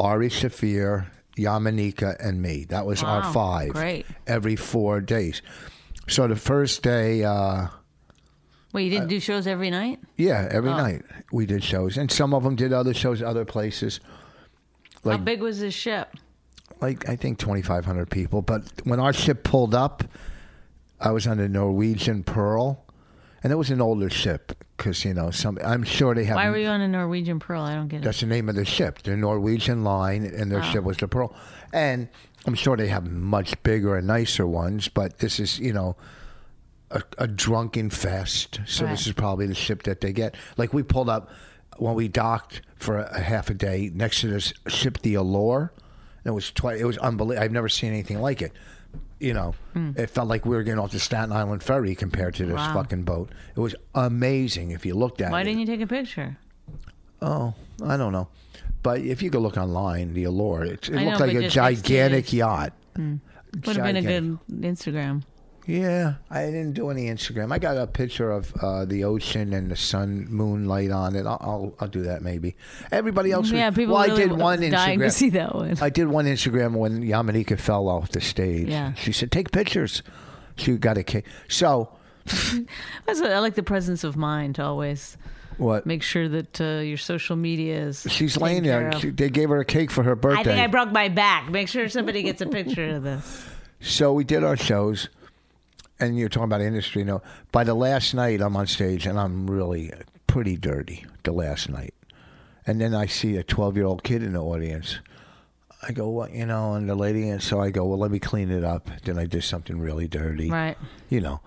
Ari Shafir, Yamanika, and me. That was our
Wow,
five.
great.
Every four days. So the first day, uh,
Wait, you didn't do shows every night?
Yeah, every
Oh.
night we did shows, and some of them did other shows, other places.
How big was this ship?
like I think 2,500 people. But when our ship pulled up, I was on the Norwegian Pearl, and it was an older ship because you know some. I'm sure they have.
Why were you on a Norwegian Pearl? I don't get it.
Um, That's the name of the ship, the Norwegian Line, and
Oh.
their ship was the Pearl. And I'm sure they have much bigger and nicer ones, but this is you know. A, a drunken fest, so
Right.
this is probably the ship that they get. Like we pulled up when we docked for a, a half a day next to this ship, the Allure, and it was twi- it was unbelievable. I've never seen anything like it. You know, it felt like we were getting off the Staten Island ferry compared to this
Hmm. Wow.
fucking boat. It was amazing if you looked at it.
Why didn't you take a picture?
Oh, I don't know. But if you go look online, the Allure, it, it
I
looked
know,
like
but
a
just next to
gigantic
it is-
yacht.
Would have been a
Gigantic.
good Instagram.
Yeah, I didn't do any Instagram. I got a picture of uh, the ocean and the sun, moonlight on it. I'll, I'll, I'll do that maybe. Everybody else,
Yeah,
was,
people
Well,
really
I did one
dying to
Instagram.
see that one.
I did one Instagram when Yamanika fell off the stage.
Yeah.
she said, "Take pictures." She got a kick. So
That's what, I like the presence of mind to always
what?
make sure that uh, your social media is.
She's
taken
laying
care
there.
of.
She, they gave her a cake for her birthday.
I think I broke my back. Make sure somebody gets a picture of this.
So we did our shows, and you're talking about industry. You know, by the last night, I'm on stage and I'm really pretty dirty. The last night, and then I see a 12 year old kid in the audience. I go, what you know, and the lady, and so I go, well, let me clean it up. Then I did something really dirty,
Right.
You know,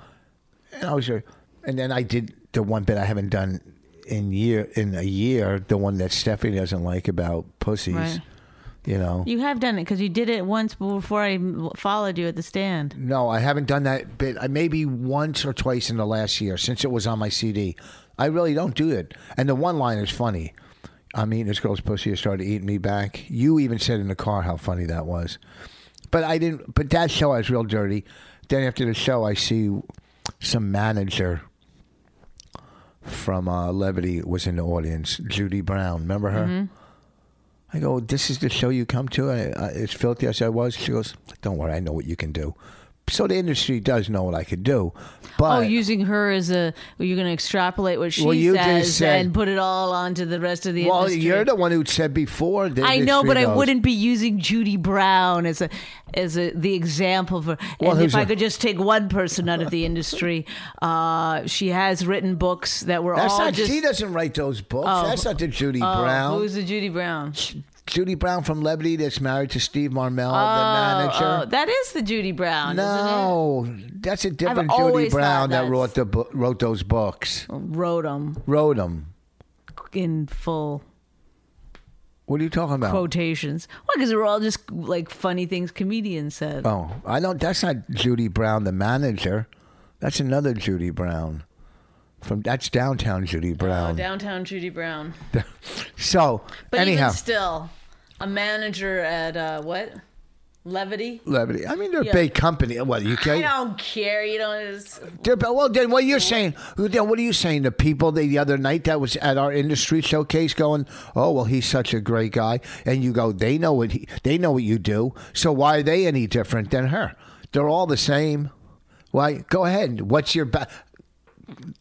and I was, there- and then I did the one bit I haven't done in year in a year, the one that Stephanie doesn't like about pussies,
Right.
you know.
You have done it because you did it once before I m- followed you at the stand.
No, I haven't done that bit. I maybe once or twice in the last year since it was on my CD. I really don't do it. And the one line is funny. I'm eating this girl's pussy. It started eating me back. You even said in the car how funny that was. But I didn't. But that show I was real dirty. Then after the show, I see some manager from uh, Levity was in the audience. Judy Brown, remember her?
Mm-hmm.
I go, this is the show you come to, and I, I, as filthy as I was, she goes, don't worry, I know what you can do. So the industry does know what I could do, but
oh, using her as a you're going to extrapolate what she
Well, you just
says
said-
and put it all onto the rest of the
well,
industry.
you're the one who said before. The
I know,
industry
but I
knows.
wouldn't be using Judy Brown as a as a, the example for.
Well,
and
who's
if I
a-
could just take one person out of the industry, uh, she has written books that were
That's
all
not.
just.
she doesn't write those books. That's not the Judy
Oh,
Brown.
Who's the Judy Brown?
Judy Brown from Levity that's married to Steve Marmel, the
Oh,
manager.
oh, that is the Judy Brown. Isn't it?
no, that's a different Judy
always thought
Brown that
that's- Oh.
wrote the bo- wrote those books.
Wrote 'em
Wrote them.
in full
What are you talking about?
quotations. Well, because they were all just like funny things comedians said.
Oh, I don't. That's not Judy Brown, the manager. That's another Judy Brown. From that's downtown Judy
Oh,
Brown.
downtown Judy Brown.
so
But
anyhow,
even still, a manager at uh, what? Levity.
Levity. I mean, they're
Yeah.
a big company. What you
I
can't.
don't care. You don't. It's,
They're, well, then what you're saying? Then what are you saying? The people the, the other night that was at our industry showcase going, oh well, he's such a great guy, and you go, they know what he, they know what you do, so why are they any different than her? They're all the same. Why? Go ahead. What's your ba-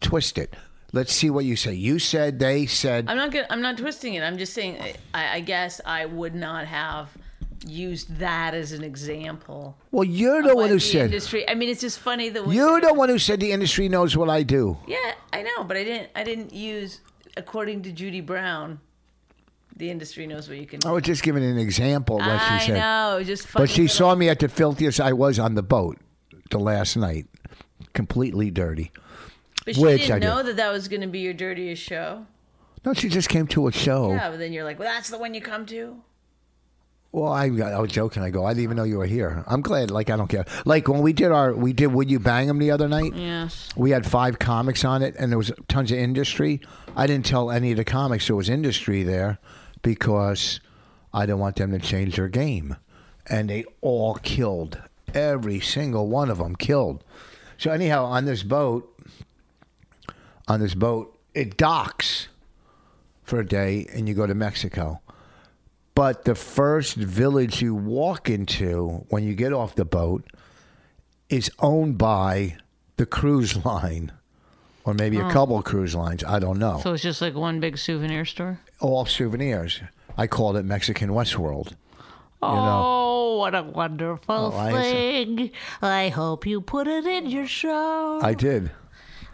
twist it? Let's see what you say. You said they said.
I'm not. Gonna, I'm not twisting it. I'm just saying. I, I guess I would not have used that as an example.
well, you're the
What
one who
the
said.
industry. I mean, it's just funny the way.
You're the one who said the industry knows what I do.
Yeah, I know, but I didn't. I didn't use according to Judy Brown. The industry knows what you can. do.
I was just giving an example of what
I
Oh, she said.
know. Just funny.
But she saw me at the filthiest I was on the boat the last night, completely dirty.
But she
which
didn't
I did.
know that that was going to be your dirtiest show.
No, she just came to a show.
Yeah, but then you're like, well, that's the one you come to.
Well, I, I was joking. I go, I didn't even know you were here. I'm glad. Like I don't care. Like when we did our, we did Would You Bang 'Em the other night.
Yes.
We had five comics on it, and there was tons of industry. I didn't tell any of the comics there was industry there because I didn't want them to change their game. And they all killed. Every single one of them killed. So anyhow, on this boat, on this boat, it docks for a day, and you go to Mexico. But the first village you walk into when you get off the boat is owned by the cruise line. or maybe a couple of cruise lines. I don't know.
Oh. So it's just like one big souvenir store.
All souvenirs. I called it Mexican Westworld.
Oh, what a wonderful
Oh, I see.
thing! I hope you put it in your show.
I did.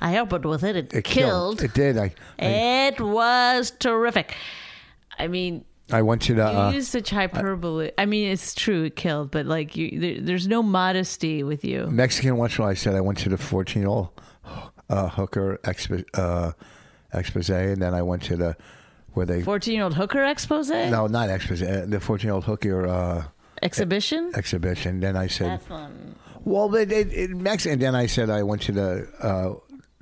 I opened with it. It,
It
Oh. killed. Eh.
killed. It did. I I,
It was terrific. I mean,
I went to the.
you
Uh,
use such hyperbole. I mean, it's true. It killed, but like, you, there, there's no modesty with you.
Mexican Westworld. I said I went to the 14 year old uh, hooker expo, uh, expose, and then I went to the where they
Fourteen year old hooker expose
no not expose uh, the 14 year old hooker uh,
exhibition.
exhibition. Then I said,
That's one.
well, but it, it Mexican. Then I said I went to the uh,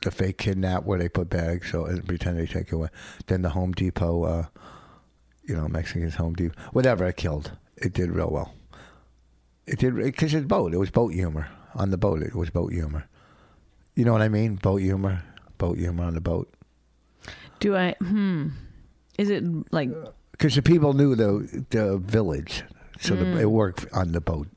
the fake kidnap where they put bags so and pretend they take it away. Then the Home Depot, uh, you know, Mexican's Home Depot, whatever. It killed. It did real well. It did because it's boat. It was boat humor on the boat. It was boat humor. You know what I mean? Boat humor. Boat humor on the boat.
Do I? Hmm. Is it like
Because the people knew the the village, so the, it worked on the boat.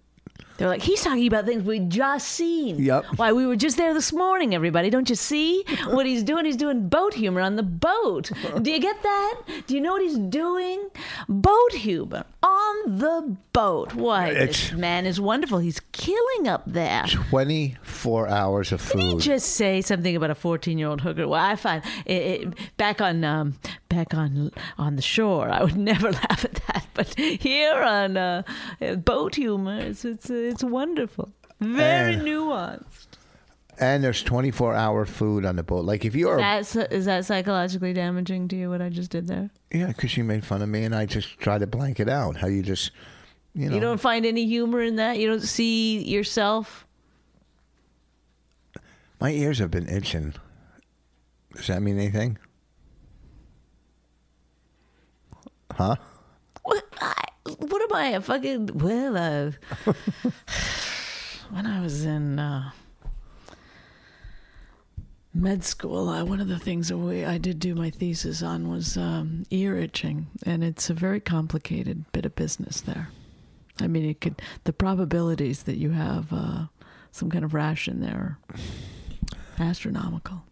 They're like, he's talking about things we just seen.
Yep.
Why we were just there this morning, everybody. Don't you see what he's doing? He's doing boat humor on the boat. Do you get that? Do you know what he's doing? Boat humor on the boat. Why
It's-
this man is wonderful. He's killing up there.
Twenty four hours of food.
Did he just say something about a fourteen-year-old hooker? Well, I find it, it, back on um, back on on the shore, I would never laugh at that. But here on uh, boat humor, it's it's, it's wonderful, very
Eh.
nuanced.
And there's 24 hour food on the boat. Like if you're, yeah,
That's is that psychologically damaging to you? What I just did there?
'cause yeah, because you made fun of me, and I just try to blank it out. How you just, you know,
You don't find any humor in that. You don't see yourself.
my ears have been itching. Does that mean anything? Huh?
What, I, what am I? A fucking well, uh, when I was in uh, med school, I, one of the things that we, I did do my thesis on was um, ear itching, and it's a very complicated bit of business there. I mean, it could the probabilities that you have uh, some kind of rash in there are astronomical.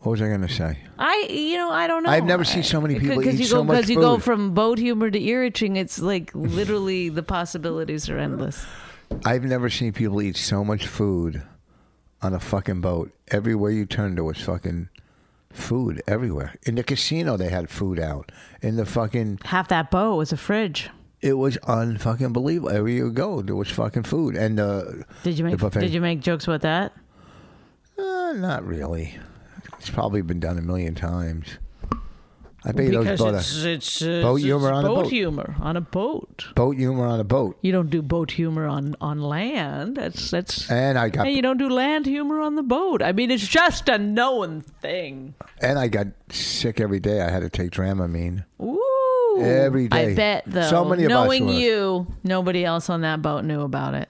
What was I gonna say?
I, you know, I don't know.
I've never seen so many people
because
eat
you go,
so much
Because you go
food.
from boat humor to ear itching, it's like literally the possibilities are endless.
I've never seen people eat so much food on a fucking boat. Everywhere you turn, there was fucking food everywhere. In the casino, they had food out. In the fucking
Half that boat was a fridge.
It was unfucking believable. Everywhere you go, there was fucking food, and uh,
Did
The
you make
buffet.
Did you make jokes about that?
uh, not really. It's probably been done a million times. I bet you those
Because
boat,
it's it's, uh,
boat
it's
humor on a
boat
boat.
humor on a boat.
boat humor on a boat,
You don't do boat humor on on land. That's that's.
and I Eh, got
and you don't do land humor on the boat. I mean, it's just a known thing.
and I got sick every day. I had to take Dramamine.
Ooh.
Every day.
I bet though.
So many of us
knowing
were.
you, nobody else on that boat knew about it.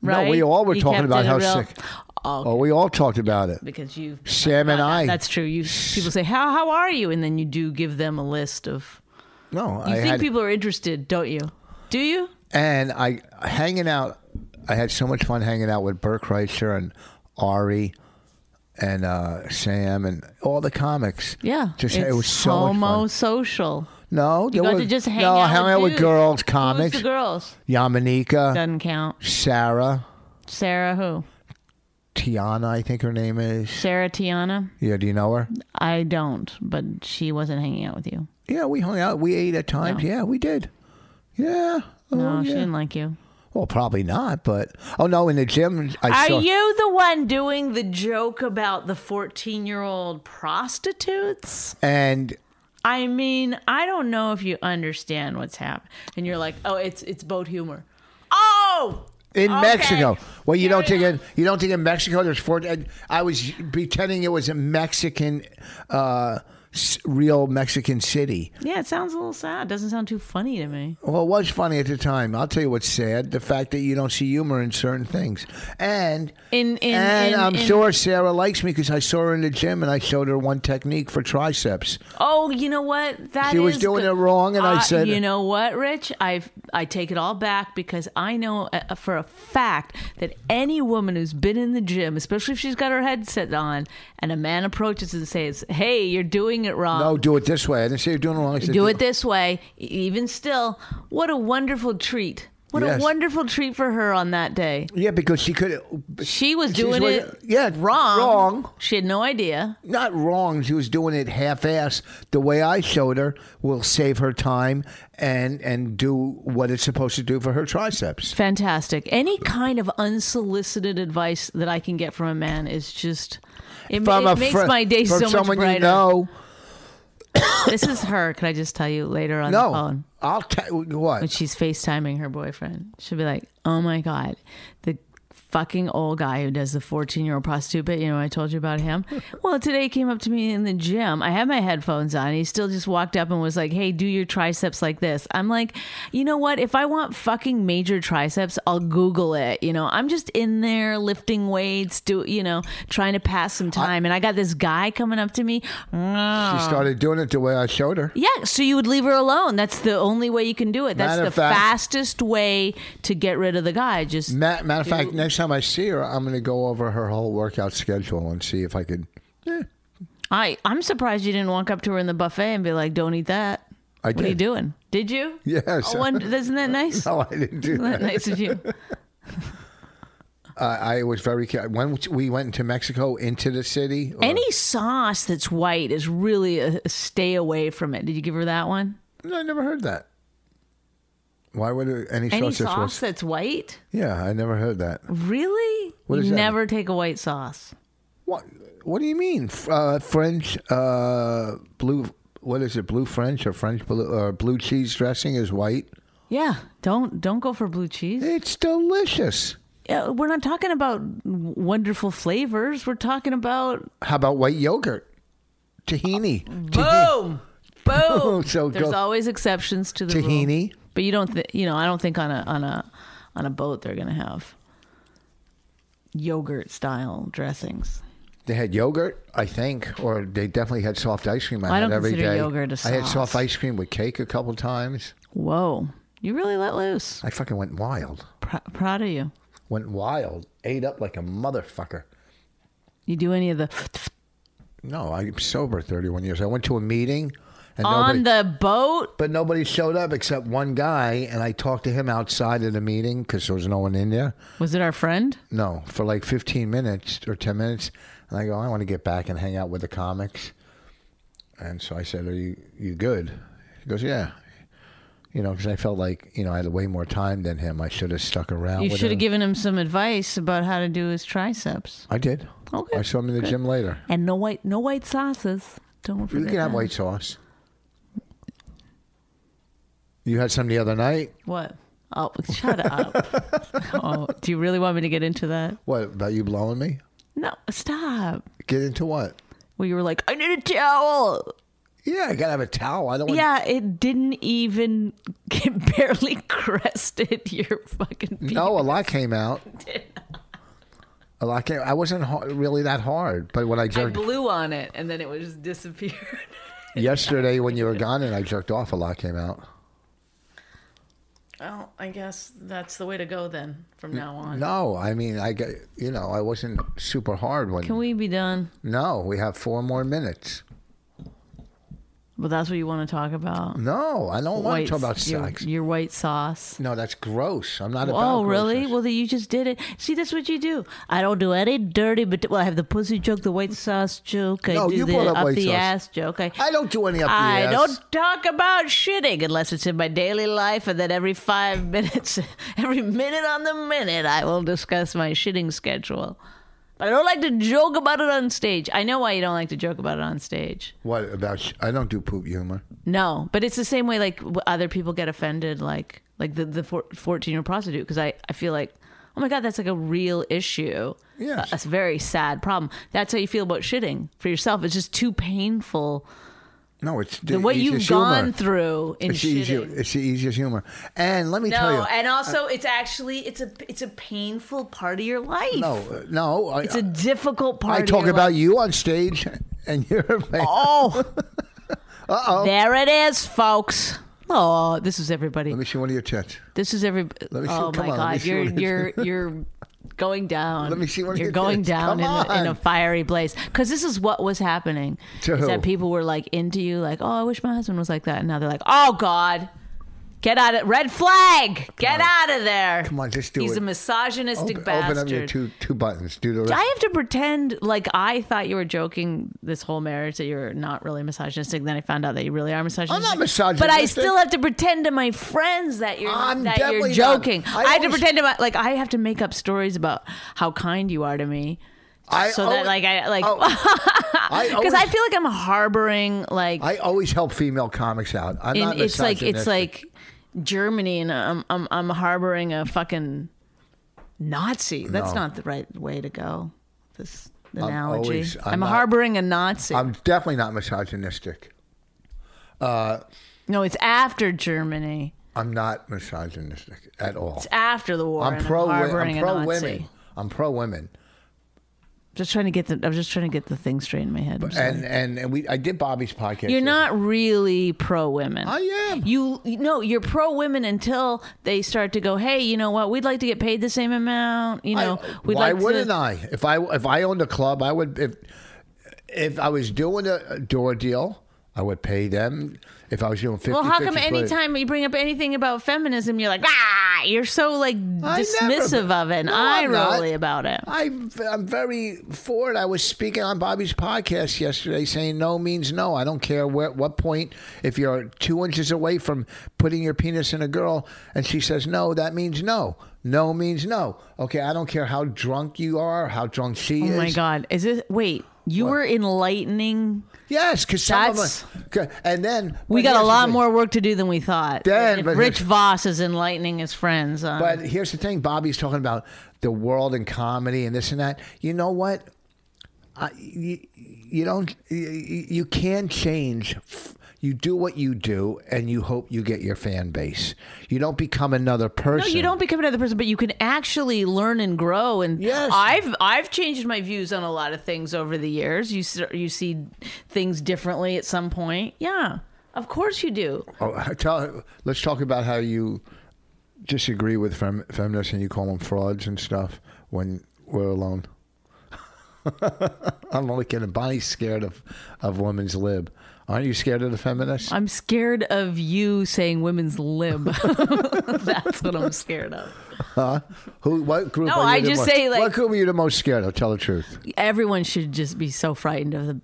Right?
No, we all were
You
talking
kept
about
it
how
real-
sick.
Oh,
Oh, we all talked about it.
because you
Sam and I.
That's true. You people say, "How how are you?" and then you do give them a list of
No,
You
I
think
had,
people are interested, don't you? Do you?
and I hanging out. I had so much fun hanging out with Burke Reicher and Ari and uh, Sam and all the comics.
Yeah.
just
it's
it was so much fun.
homosocial.
No,
You
there
got
was,
to just hang
no,
out
hang
with
out with
dudes.
girls,
Who's
comics,
the girls.
Yamanika,
Doesn't count.
Sarah,
Sarah who?
Tiana, I think her name is.
Sarah Tiana?
Yeah, do you know her?
I don't, but she wasn't hanging out with you.
Yeah, we hung out. We ate at times.
No.
Yeah, we did. Yeah. Oh,
No, she
yeah.
didn't like you.
Well, probably not, but oh no, in the gym I
Are
saw
you the one doing the joke about the 14 year old prostitutes?
and
I mean, I don't know if you understand what's happening. And you're like, oh, it's it's boat humor. Oh!
in
Okay.
Mexico. Well, you
Fair
don't think
enough.
in you don't think in Mexico there's four. and I was pretending it was a Mexican uh, s- real Mexican city.
Yeah, it sounds a little sad. Doesn't sound too funny to me.
Well, it was funny at the time. I'll tell you what's sad: the fact that you don't see humor in certain things. And
In- in-
and
in-
I'm
in-
sure Sarah likes me because I saw her in the gym and I showed her one technique for triceps.
Oh, you know what? That
She was
is
doing
good.
it wrong, and I
Uh,
said-
you know what, Rich? I I take it all back because I know uh, for a fact that any woman who's been in the gym, especially if she's got her headset on, and a man approaches and says, "Hey, you're doing it wrong."
No, do it this way. I didn't say you're doing it wrong. I said,
do it this way. E- Even still, what a wonderful treat! What
Yes.
a wonderful treat for her on that day.
Yeah, because she could.
She was
She's
doing
like,
it
yeah,
wrong.
wrong.
She had no idea.
not wrong. She was doing it half-ass. The way I showed her will save her time and and do what it's supposed to do for her triceps.
Fantastic. Any kind of unsolicited advice that I can get from a man is just it,
From
it
a
makes
fri-
my day
from
so
someone
much brighter.
you know.
This is her. Can I just tell you later on the
No,
phone
I'll tell what.
when she's FaceTiming her boyfriend? She'll be like, "Oh my god, the fucking old guy who does the 14-year-old prostitute bit. You know, I told you about him. Well, today he came up to me in the gym. I had my headphones on. He still just walked up and was like, "Hey, do your triceps like this." I'm like, "You know what? If I want fucking major triceps, I'll Google it. You know, I'm just in there lifting weights, do you know, trying to pass some time, and I got this guy coming up to me.
she started doing it the way I showed her.
Yeah, so you would leave her alone. That's the only way you can do it. That's
Matter
the
of fact- Mm.
fastest way to get rid of the guy. Just
Ma- matter of fact, next time I see her, I'm going to go over her whole workout schedule and see if I could. eh,
I I'm surprised you didn't walk up to her in the buffet and be like, "Don't eat that."
I
what
did.
are you doing? Did you?
Yes.
Oh, wonder- isn't that nice?
No, I didn't do
Isn't that
that.
nice of you?
I, I was very careful. When we went into Mexico, into the city, or-
Any sauce that's white is really a, a stay away from it. Did you give her that one?
No, I never heard that. Why would it, any,
Any
sauce? this
sauce
was?
that's white?
Yeah, I never heard that.
Really?
What
you
does that mean?
never take a white sauce.
What? What do you mean? F- Uh, French uh, blue? What is it? Blue French or French blue? Or blue cheese dressing is white.
Yeah, don't don't go for blue cheese.
It's delicious.
Yeah, we're not talking about wonderful flavors. We're talking about
How about white yogurt? Tahini. Tahi-
boom, boom.
So
There's
go-
always exceptions to the rule.
tahini.
but you don't. Th- you know, I don't think on a on a on a boat they're gonna have yogurt style dressings.
They had yogurt, I think, or they definitely had soft ice cream. I,
I don't
had every
consider
day.
yogurt a
I had soft
sauce.
ice cream with cake a couple times.
Whoa, you really let loose.
I fucking went wild.
Pr- proud of you.
Went wild. Ate up like a motherfucker.
You do any of the
No, I'm sober 31 years. I went to a meeting and nobody,
on the boat?
but nobody showed up except one guy, and I talked to him outside of the meeting because there was no one in there.
Was it our friend?
No, for like 15 minutes or 10 minutes, and I go, I want to get back and hang out with the comics. And so I said, "Are you you good?" He goes, "Yeah." You know, because I felt like you know I had way more time than him. I should have stuck around.
You
with
should
him.
have given him some advice about how to do his triceps.
I did.
Okay,
I saw him in the gym later.
And no white, no white sauces. Don't forget.
You can have
that.
white sauce. You had some the other night.
What? Oh, shut up. oh, do you really want me to get into that?
What about you blowing me?
No, stop.
Get into what?
Well, you were like, I need a towel.
Yeah, I gotta have a towel. I don't want.
Yeah, it didn't even it barely crested your fucking penis.
No, a lot came out. A lot came. I wasn't ha- really that hard, but when I
I
jerked
blew on it and then it was just disappeared.
yesterday when you were gone and I jerked off, a lot came out.
well, I guess that's the way to go then from now on.
No, I mean I got you know I wasn't super hard when.
Can we be done?
no, we have four more minutes.
Well, that's what you want to talk about.
No, I don't want
White-
to talk about
your-
sex.
Your white sauce.
no, that's gross. I'm not about.
Oh, really?
grossness.
Well, then you just did it. See, that's what you do. I don't do any dirty, but well, I have the pussy joke, the white sauce joke. I
No,
do
you
the
brought up
up
white
the
sauce.
ass joke. I,
I don't do any up the
I
ass.
don't talk about shitting unless it's in my daily life, and then every five minutes, every minute on the minute, I will discuss my shitting schedule. But I don't like to joke about it on stage. I know why you don't like to joke about it on stage.
What about? Sh- I don't do poop humor.
No, but it's the same way like w- other people get offended, like like the the fourteen year old prostitute. Because I I feel like oh my god, that's like a real issue.
Yes.
a, a very sad problem. That's how you feel about shitting for yourself. It's just too painful
No, it's
than what
it's
you've
just humor.
gone through in
It's the, easy,
shitting.
it's the easiest humor. And let me tell you,
No, and also it's actually it's a it's a painful part of your life.
no, uh, no, I,
it's a difficult part.
I
of
talk
your
about
life.
you on stage, and you're like,
Oh, uh-oh. There it is, folks. Oh, this is everybody.
let me see one of your tits.
This is every.
Let me see-
oh
come
my
on, let me
God,
see
you're
what it
you're you're going down.
Let me see what
you're
it
going
is.
down in
Come
a, in a
on.
fiery blaze because this is what was happening.
To
is
who?
that people were like into you, like, oh, I wish my husband was like that, and now they're like, oh God. Get out of red flag! Get out of there!
Come on, just do
He's
it.
a misogynistic
Open,
bastard.
open up your two two buttons. Do the rest.
I have to pretend like I thought you were joking this whole marriage that you're not really misogynistic. Then I found out that you really are misogynistic.
I'm not misogynistic.
But I still have to pretend to my friends that you're
I'm
that you're
definitely not.
joking.
I
I, have to
always-
pretend to my, like I have to make up stories about how kind you are to me.
I
so
always-
that like I like
oh, I
because I
always-
feel like I'm harboring like
I always help female comics out. I'm
in,
not
it's like it's
misogynistic.
like Germany and I'm I'm I'm harboring a fucking Nazi. That's
No.
not the right way to go. This
I'm
analogy. I'm,
always- I'm not-
harboring a Nazi.
I'm definitely not misogynistic.
no, it's after Germany.
I'm not misogynistic at all.
It's after the war.
I'm
and
pro.
I'm
I'm
harboring
pro
a Nazi.
women. I'm pro women.
Just trying to get the. I'm just trying to get the thing straight in my head. I'm sorry.
And and and we. I did Bobby's podcast.
You're not really pro women.
I am.
You you- no, you're pro women until they start to go. Hey, you know what? We'd like to get paid the same amount. You
I-
know, we'd
why
like to-
wouldn't I? If I if I owned a club, I would. If if I was doing a a door deal, I would pay them. If I was doing fifty,
Well, how come
50 split-
anytime you bring up anything about feminism, you're like, ah, you're so like
I
dismissive
never-
of it, and
No,
eye
I'm not.
rolly about it.
I, I'm very for it. I was speaking on Bobby's podcast yesterday saying no means no. I don't care where, what point, if you're two inches away from putting your penis in a girl and she says no, that means no. No means no. Okay, I don't care how drunk you are, how drunk she
Oh
is.
my god, is it? Wait, you were enlightening.
Yes, because some of
That's-
us. And then.
We
but
got
here's
a
the
lot
thing.
more work to do than we thought.
Then,
If
but-
Rich Voss is enlightening his friends. On,
But here's the thing Bobby's talking about the world and comedy and this and that. You know what? I, you, you don't, you, you can change. You do what you do and you hope you get your fan base. You don't become another
no,
person.
you don't become another person, but you can actually learn and grow. And
Yes.
I've I've changed my views on a lot of things over the years. You s- you see things differently at some point. Yeah, of course you do.
Oh, tell, let's talk about how you disagree with fem, feminists and you call them frauds and stuff when we're alone. I'm only kidding. Bonnie's scared of, of women's lib. Aren't you scared of the feminists?
I'm scared of you saying women's lib. That's what I'm scared of.
Who? What group?
No,
are you
I
the
just
most-
say, like-
What group are you the most scared of? Tell the truth.
Everyone should just be so frightened of the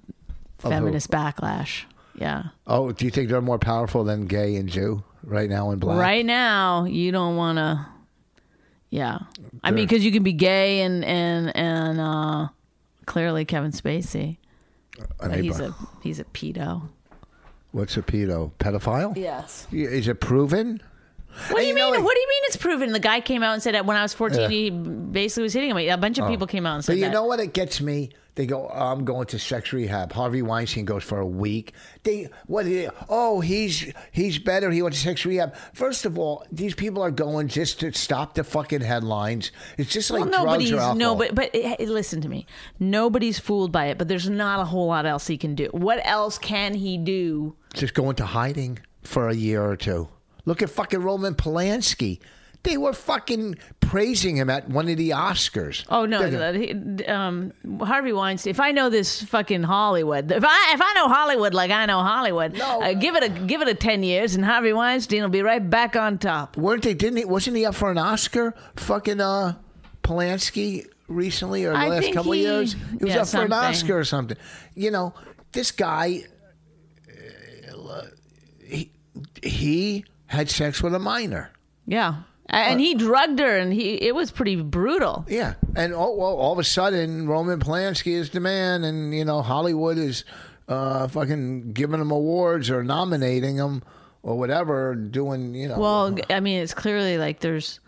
feminist backlash. Yeah.
Oh, do you think they're more powerful than gay and Jew right now and black?
Right now, you don't want to. Yeah. I mean, because you can be gay and and and uh, clearly Kevin Spacey.
I
But
mean,
he's
but
a he's a pedo.
what's a pedo? Pedophile?
Yes.
Yeah, Is it proven?
What do you,
And you know,
mean?
like-
what do you mean? It's proven. The guy came out and said that when I was 14, he basically was hitting me. A bunch of people came out and said
Oh. But you
that.
know what? It gets me. They go. "Oh, I'm going to sex rehab. Harvey Weinstein goes for a week. They what? Is it? Oh, he's he's better. He went to sex rehab. First of all, these people are going just to stop the fucking headlines. It's just like
Well, nobody's
drugs or alcohol.
no, but but eh, eh, listen to me. Nobody's fooled by it, but there's not a whole lot else he can do. What else can he do?
just go into hiding for a year or two. Look at fucking Roman Polanski. They were fucking praising him at one of the Oscars.
Oh no,
They're gonna-
uh, he- d- um, Harvey Weinstein. If I know this fucking Hollywood, if I if I know Hollywood like I know Hollywood,
No.
uh, give it a give it a ten years, and Harvey Weinstein will be right back on top.
weren't they? Didn't he? Wasn't he up for an Oscar? Fucking uh, Polanski recently or the
I
last
think
couple
he-
years, he was
yeah,
up for an
something.
Oscar or something. You know, this guy, uh, he, he had sex with a minor.
Yeah, and he drugged her, and he it was pretty brutal.
Yeah, and oh well, all of a sudden Roman Polanski is the man, and you know Hollywood is uh, fucking giving him awards or nominating him or whatever, doing you know.
Well, g- I mean, it's clearly like there's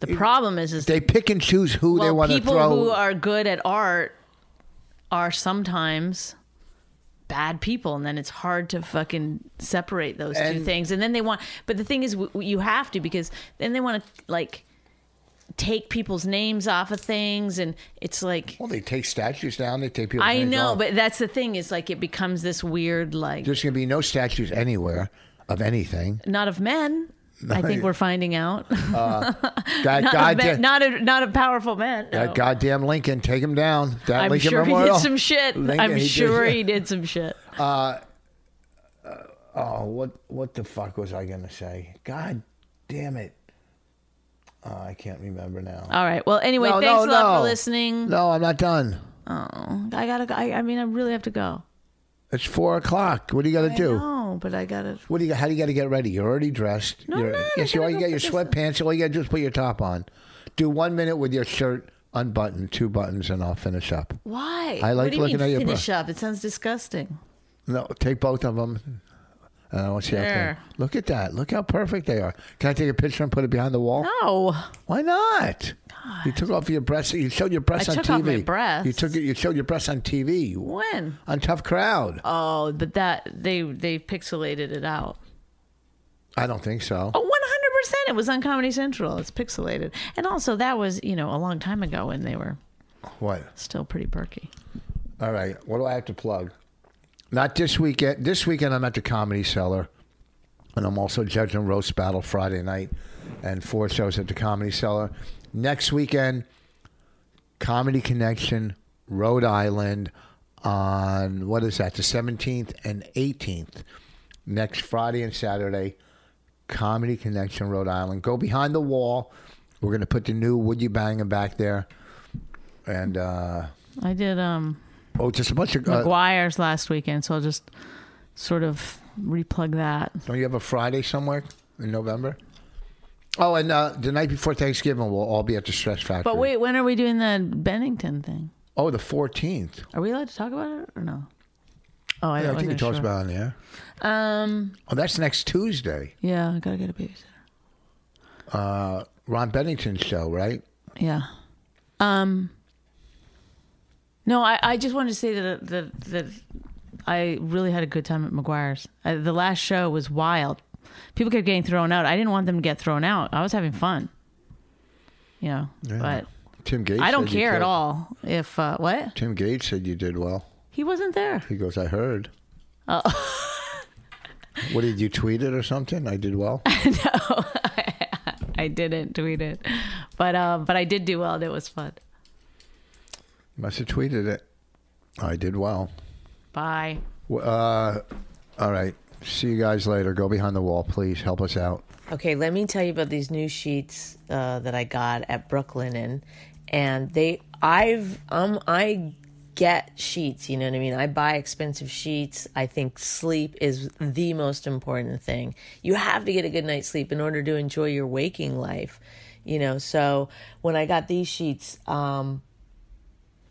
the problem is is
they pick and choose who they
well,
want to
people
throw.
who are good at art are sometimes bad people and then it's hard to fucking separate those two
And-
things and then they want but the thing is w- w- you have to because then they want to like take people's names off of things and it's like
Well, they take statues down. They take people.
I know but that's the thing is like it becomes this weird like
there's going to be no statues anywhere of anything.
not of men I think we're finding out
That
not, of men,
goddamn,
not a not a powerful man no.
that goddamn Lincoln, take him down. That
I'm
Lincoln
sure he
Memorial.
did some shit
Lincoln,
I'm
he did-
sure he did some shit
Oh, what what the fuck was I going to say? God damn it! Oh, I can't remember now.
all right well anyway
No,
thanks
no,
a lot
no.
for listening
No, I'm not done.
I gotta. go- I, I mean, I really have to go.
It's four o'clock. What do you got to do?
No, but I gotta.
What do you? How do you got to get ready? You're already dressed.
No,
You're,
no, I
yes, you
gotta
already
go
got your
put
sweatpants. All you got to do is put your top on. Do one minute with your shirt unbuttoned, two buttons, and I'll finish up.
Why?
I like
what do you
looking
mean
at your
finish up. It sounds disgusting.
No, take both of Uh, them. And I want to see how
There.
clean- Look at that. Look how perfect they are. Can I take a picture and put it behind the wall?
No.
Why not? You took off your breasts. You showed your breasts
I
on
took
TV.
off my breasts.
You took it. You showed your breasts on TV. You-
When?
On Tough Crowd.
Oh, but that they they pixelated it out.
I don't think so.
Oh, 100%. It was on Comedy Central. It's pixelated. And also, that was, you know, a long time ago when they were
What?
still pretty perky.
All right. What do I have to plug? Not this weekend. This weekend I'm at the Comedy Cellar, and I'm also judging roast battle Friday night, and four shows at the Comedy Cellar. Next weekend, Comedy Connection, Rhode Island, on what is that? The 17th and 18th. Next Friday and Saturday, Comedy Connection, Rhode Island. Go behind the wall. We're gonna put the new Would You Bang 'Em back there, and. uh
I did um
Oh, just a bunch of. Uh,
McGuire's last weekend, so I'll just sort of replug that.
don't you have a Friday somewhere in November? Oh, and uh, the night before Thanksgiving, we'll all be at the Stress Factory.
But wait, when are we doing the Bennington thing?
Oh, the 14th.
Are we allowed to talk about it or no? Oh, I,
Yeah, I
wasn't
think it talks
sure.
about it on the air.
Um.
Oh, that's next Tuesday.
Yeah, I gotta get a babysitter.
Ron Bennington's show, right?
Yeah. Um. No, I, I just wanted to say that the that I really had a good time at McGuire's. I, the last show was wild. People kept getting thrown out. I didn't want them to get thrown out. I was having fun. You know, but
Tim Gates.
I don't
said you
care at
killed-
all if uh, what
Tim Gates said you did well.
he wasn't there.
He goes, I heard. Oh. what did you tweet it or something? I did well.
I didn't tweet it, but um, but I did do well. and It was fun.
Must have tweeted it. I did well.
Bye.
Uh, all right. See you guys later. Go behind the wall, please. Help us out.
Okay, let me tell you about these new sheets uh, that I got at Brooklinen, and they I've um I get sheets. You know what I mean? I buy expensive sheets. I think sleep is the most important thing. You have to get a good night's sleep in order to enjoy your waking life. You know, so when I got these sheets, um,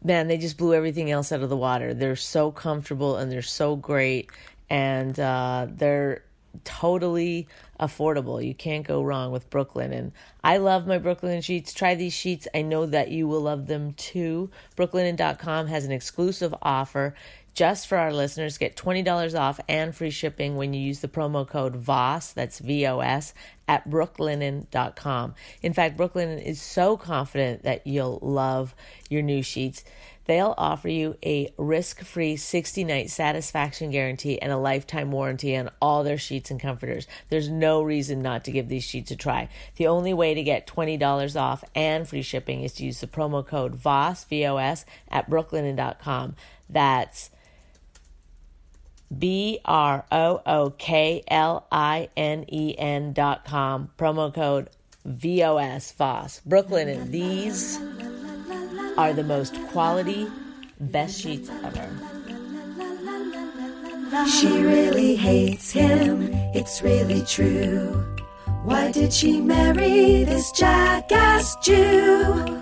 man, they just blew everything else out of the water. They're so comfortable and they're so great, and uh, they're totally affordable. You can't go wrong with Brooklyn. And I love my Brooklyn sheets. Try these sheets. I know that you will love them too. Brooklinen.com has an exclusive offer just for our listeners. Get $20 off and free shipping when you use the promo code VOS, that's V O S, at brooklinen.com. In fact, Brooklinen is so confident that you'll love your new sheets. They'll offer you a risk free 60 night satisfaction guarantee and a lifetime warranty on all their sheets and comforters. There's no reason not to give these sheets a try. The only way to get $20 off and free shipping is to use the promo code VOS, V O S, at brooklinen.com. That's B R O O K L I N E N dot com. Promo code VOS VOS. Brooklyn and these are the most quality, best sheets ever.
She really hates him, it's really true. Why did she marry this jackass Jew?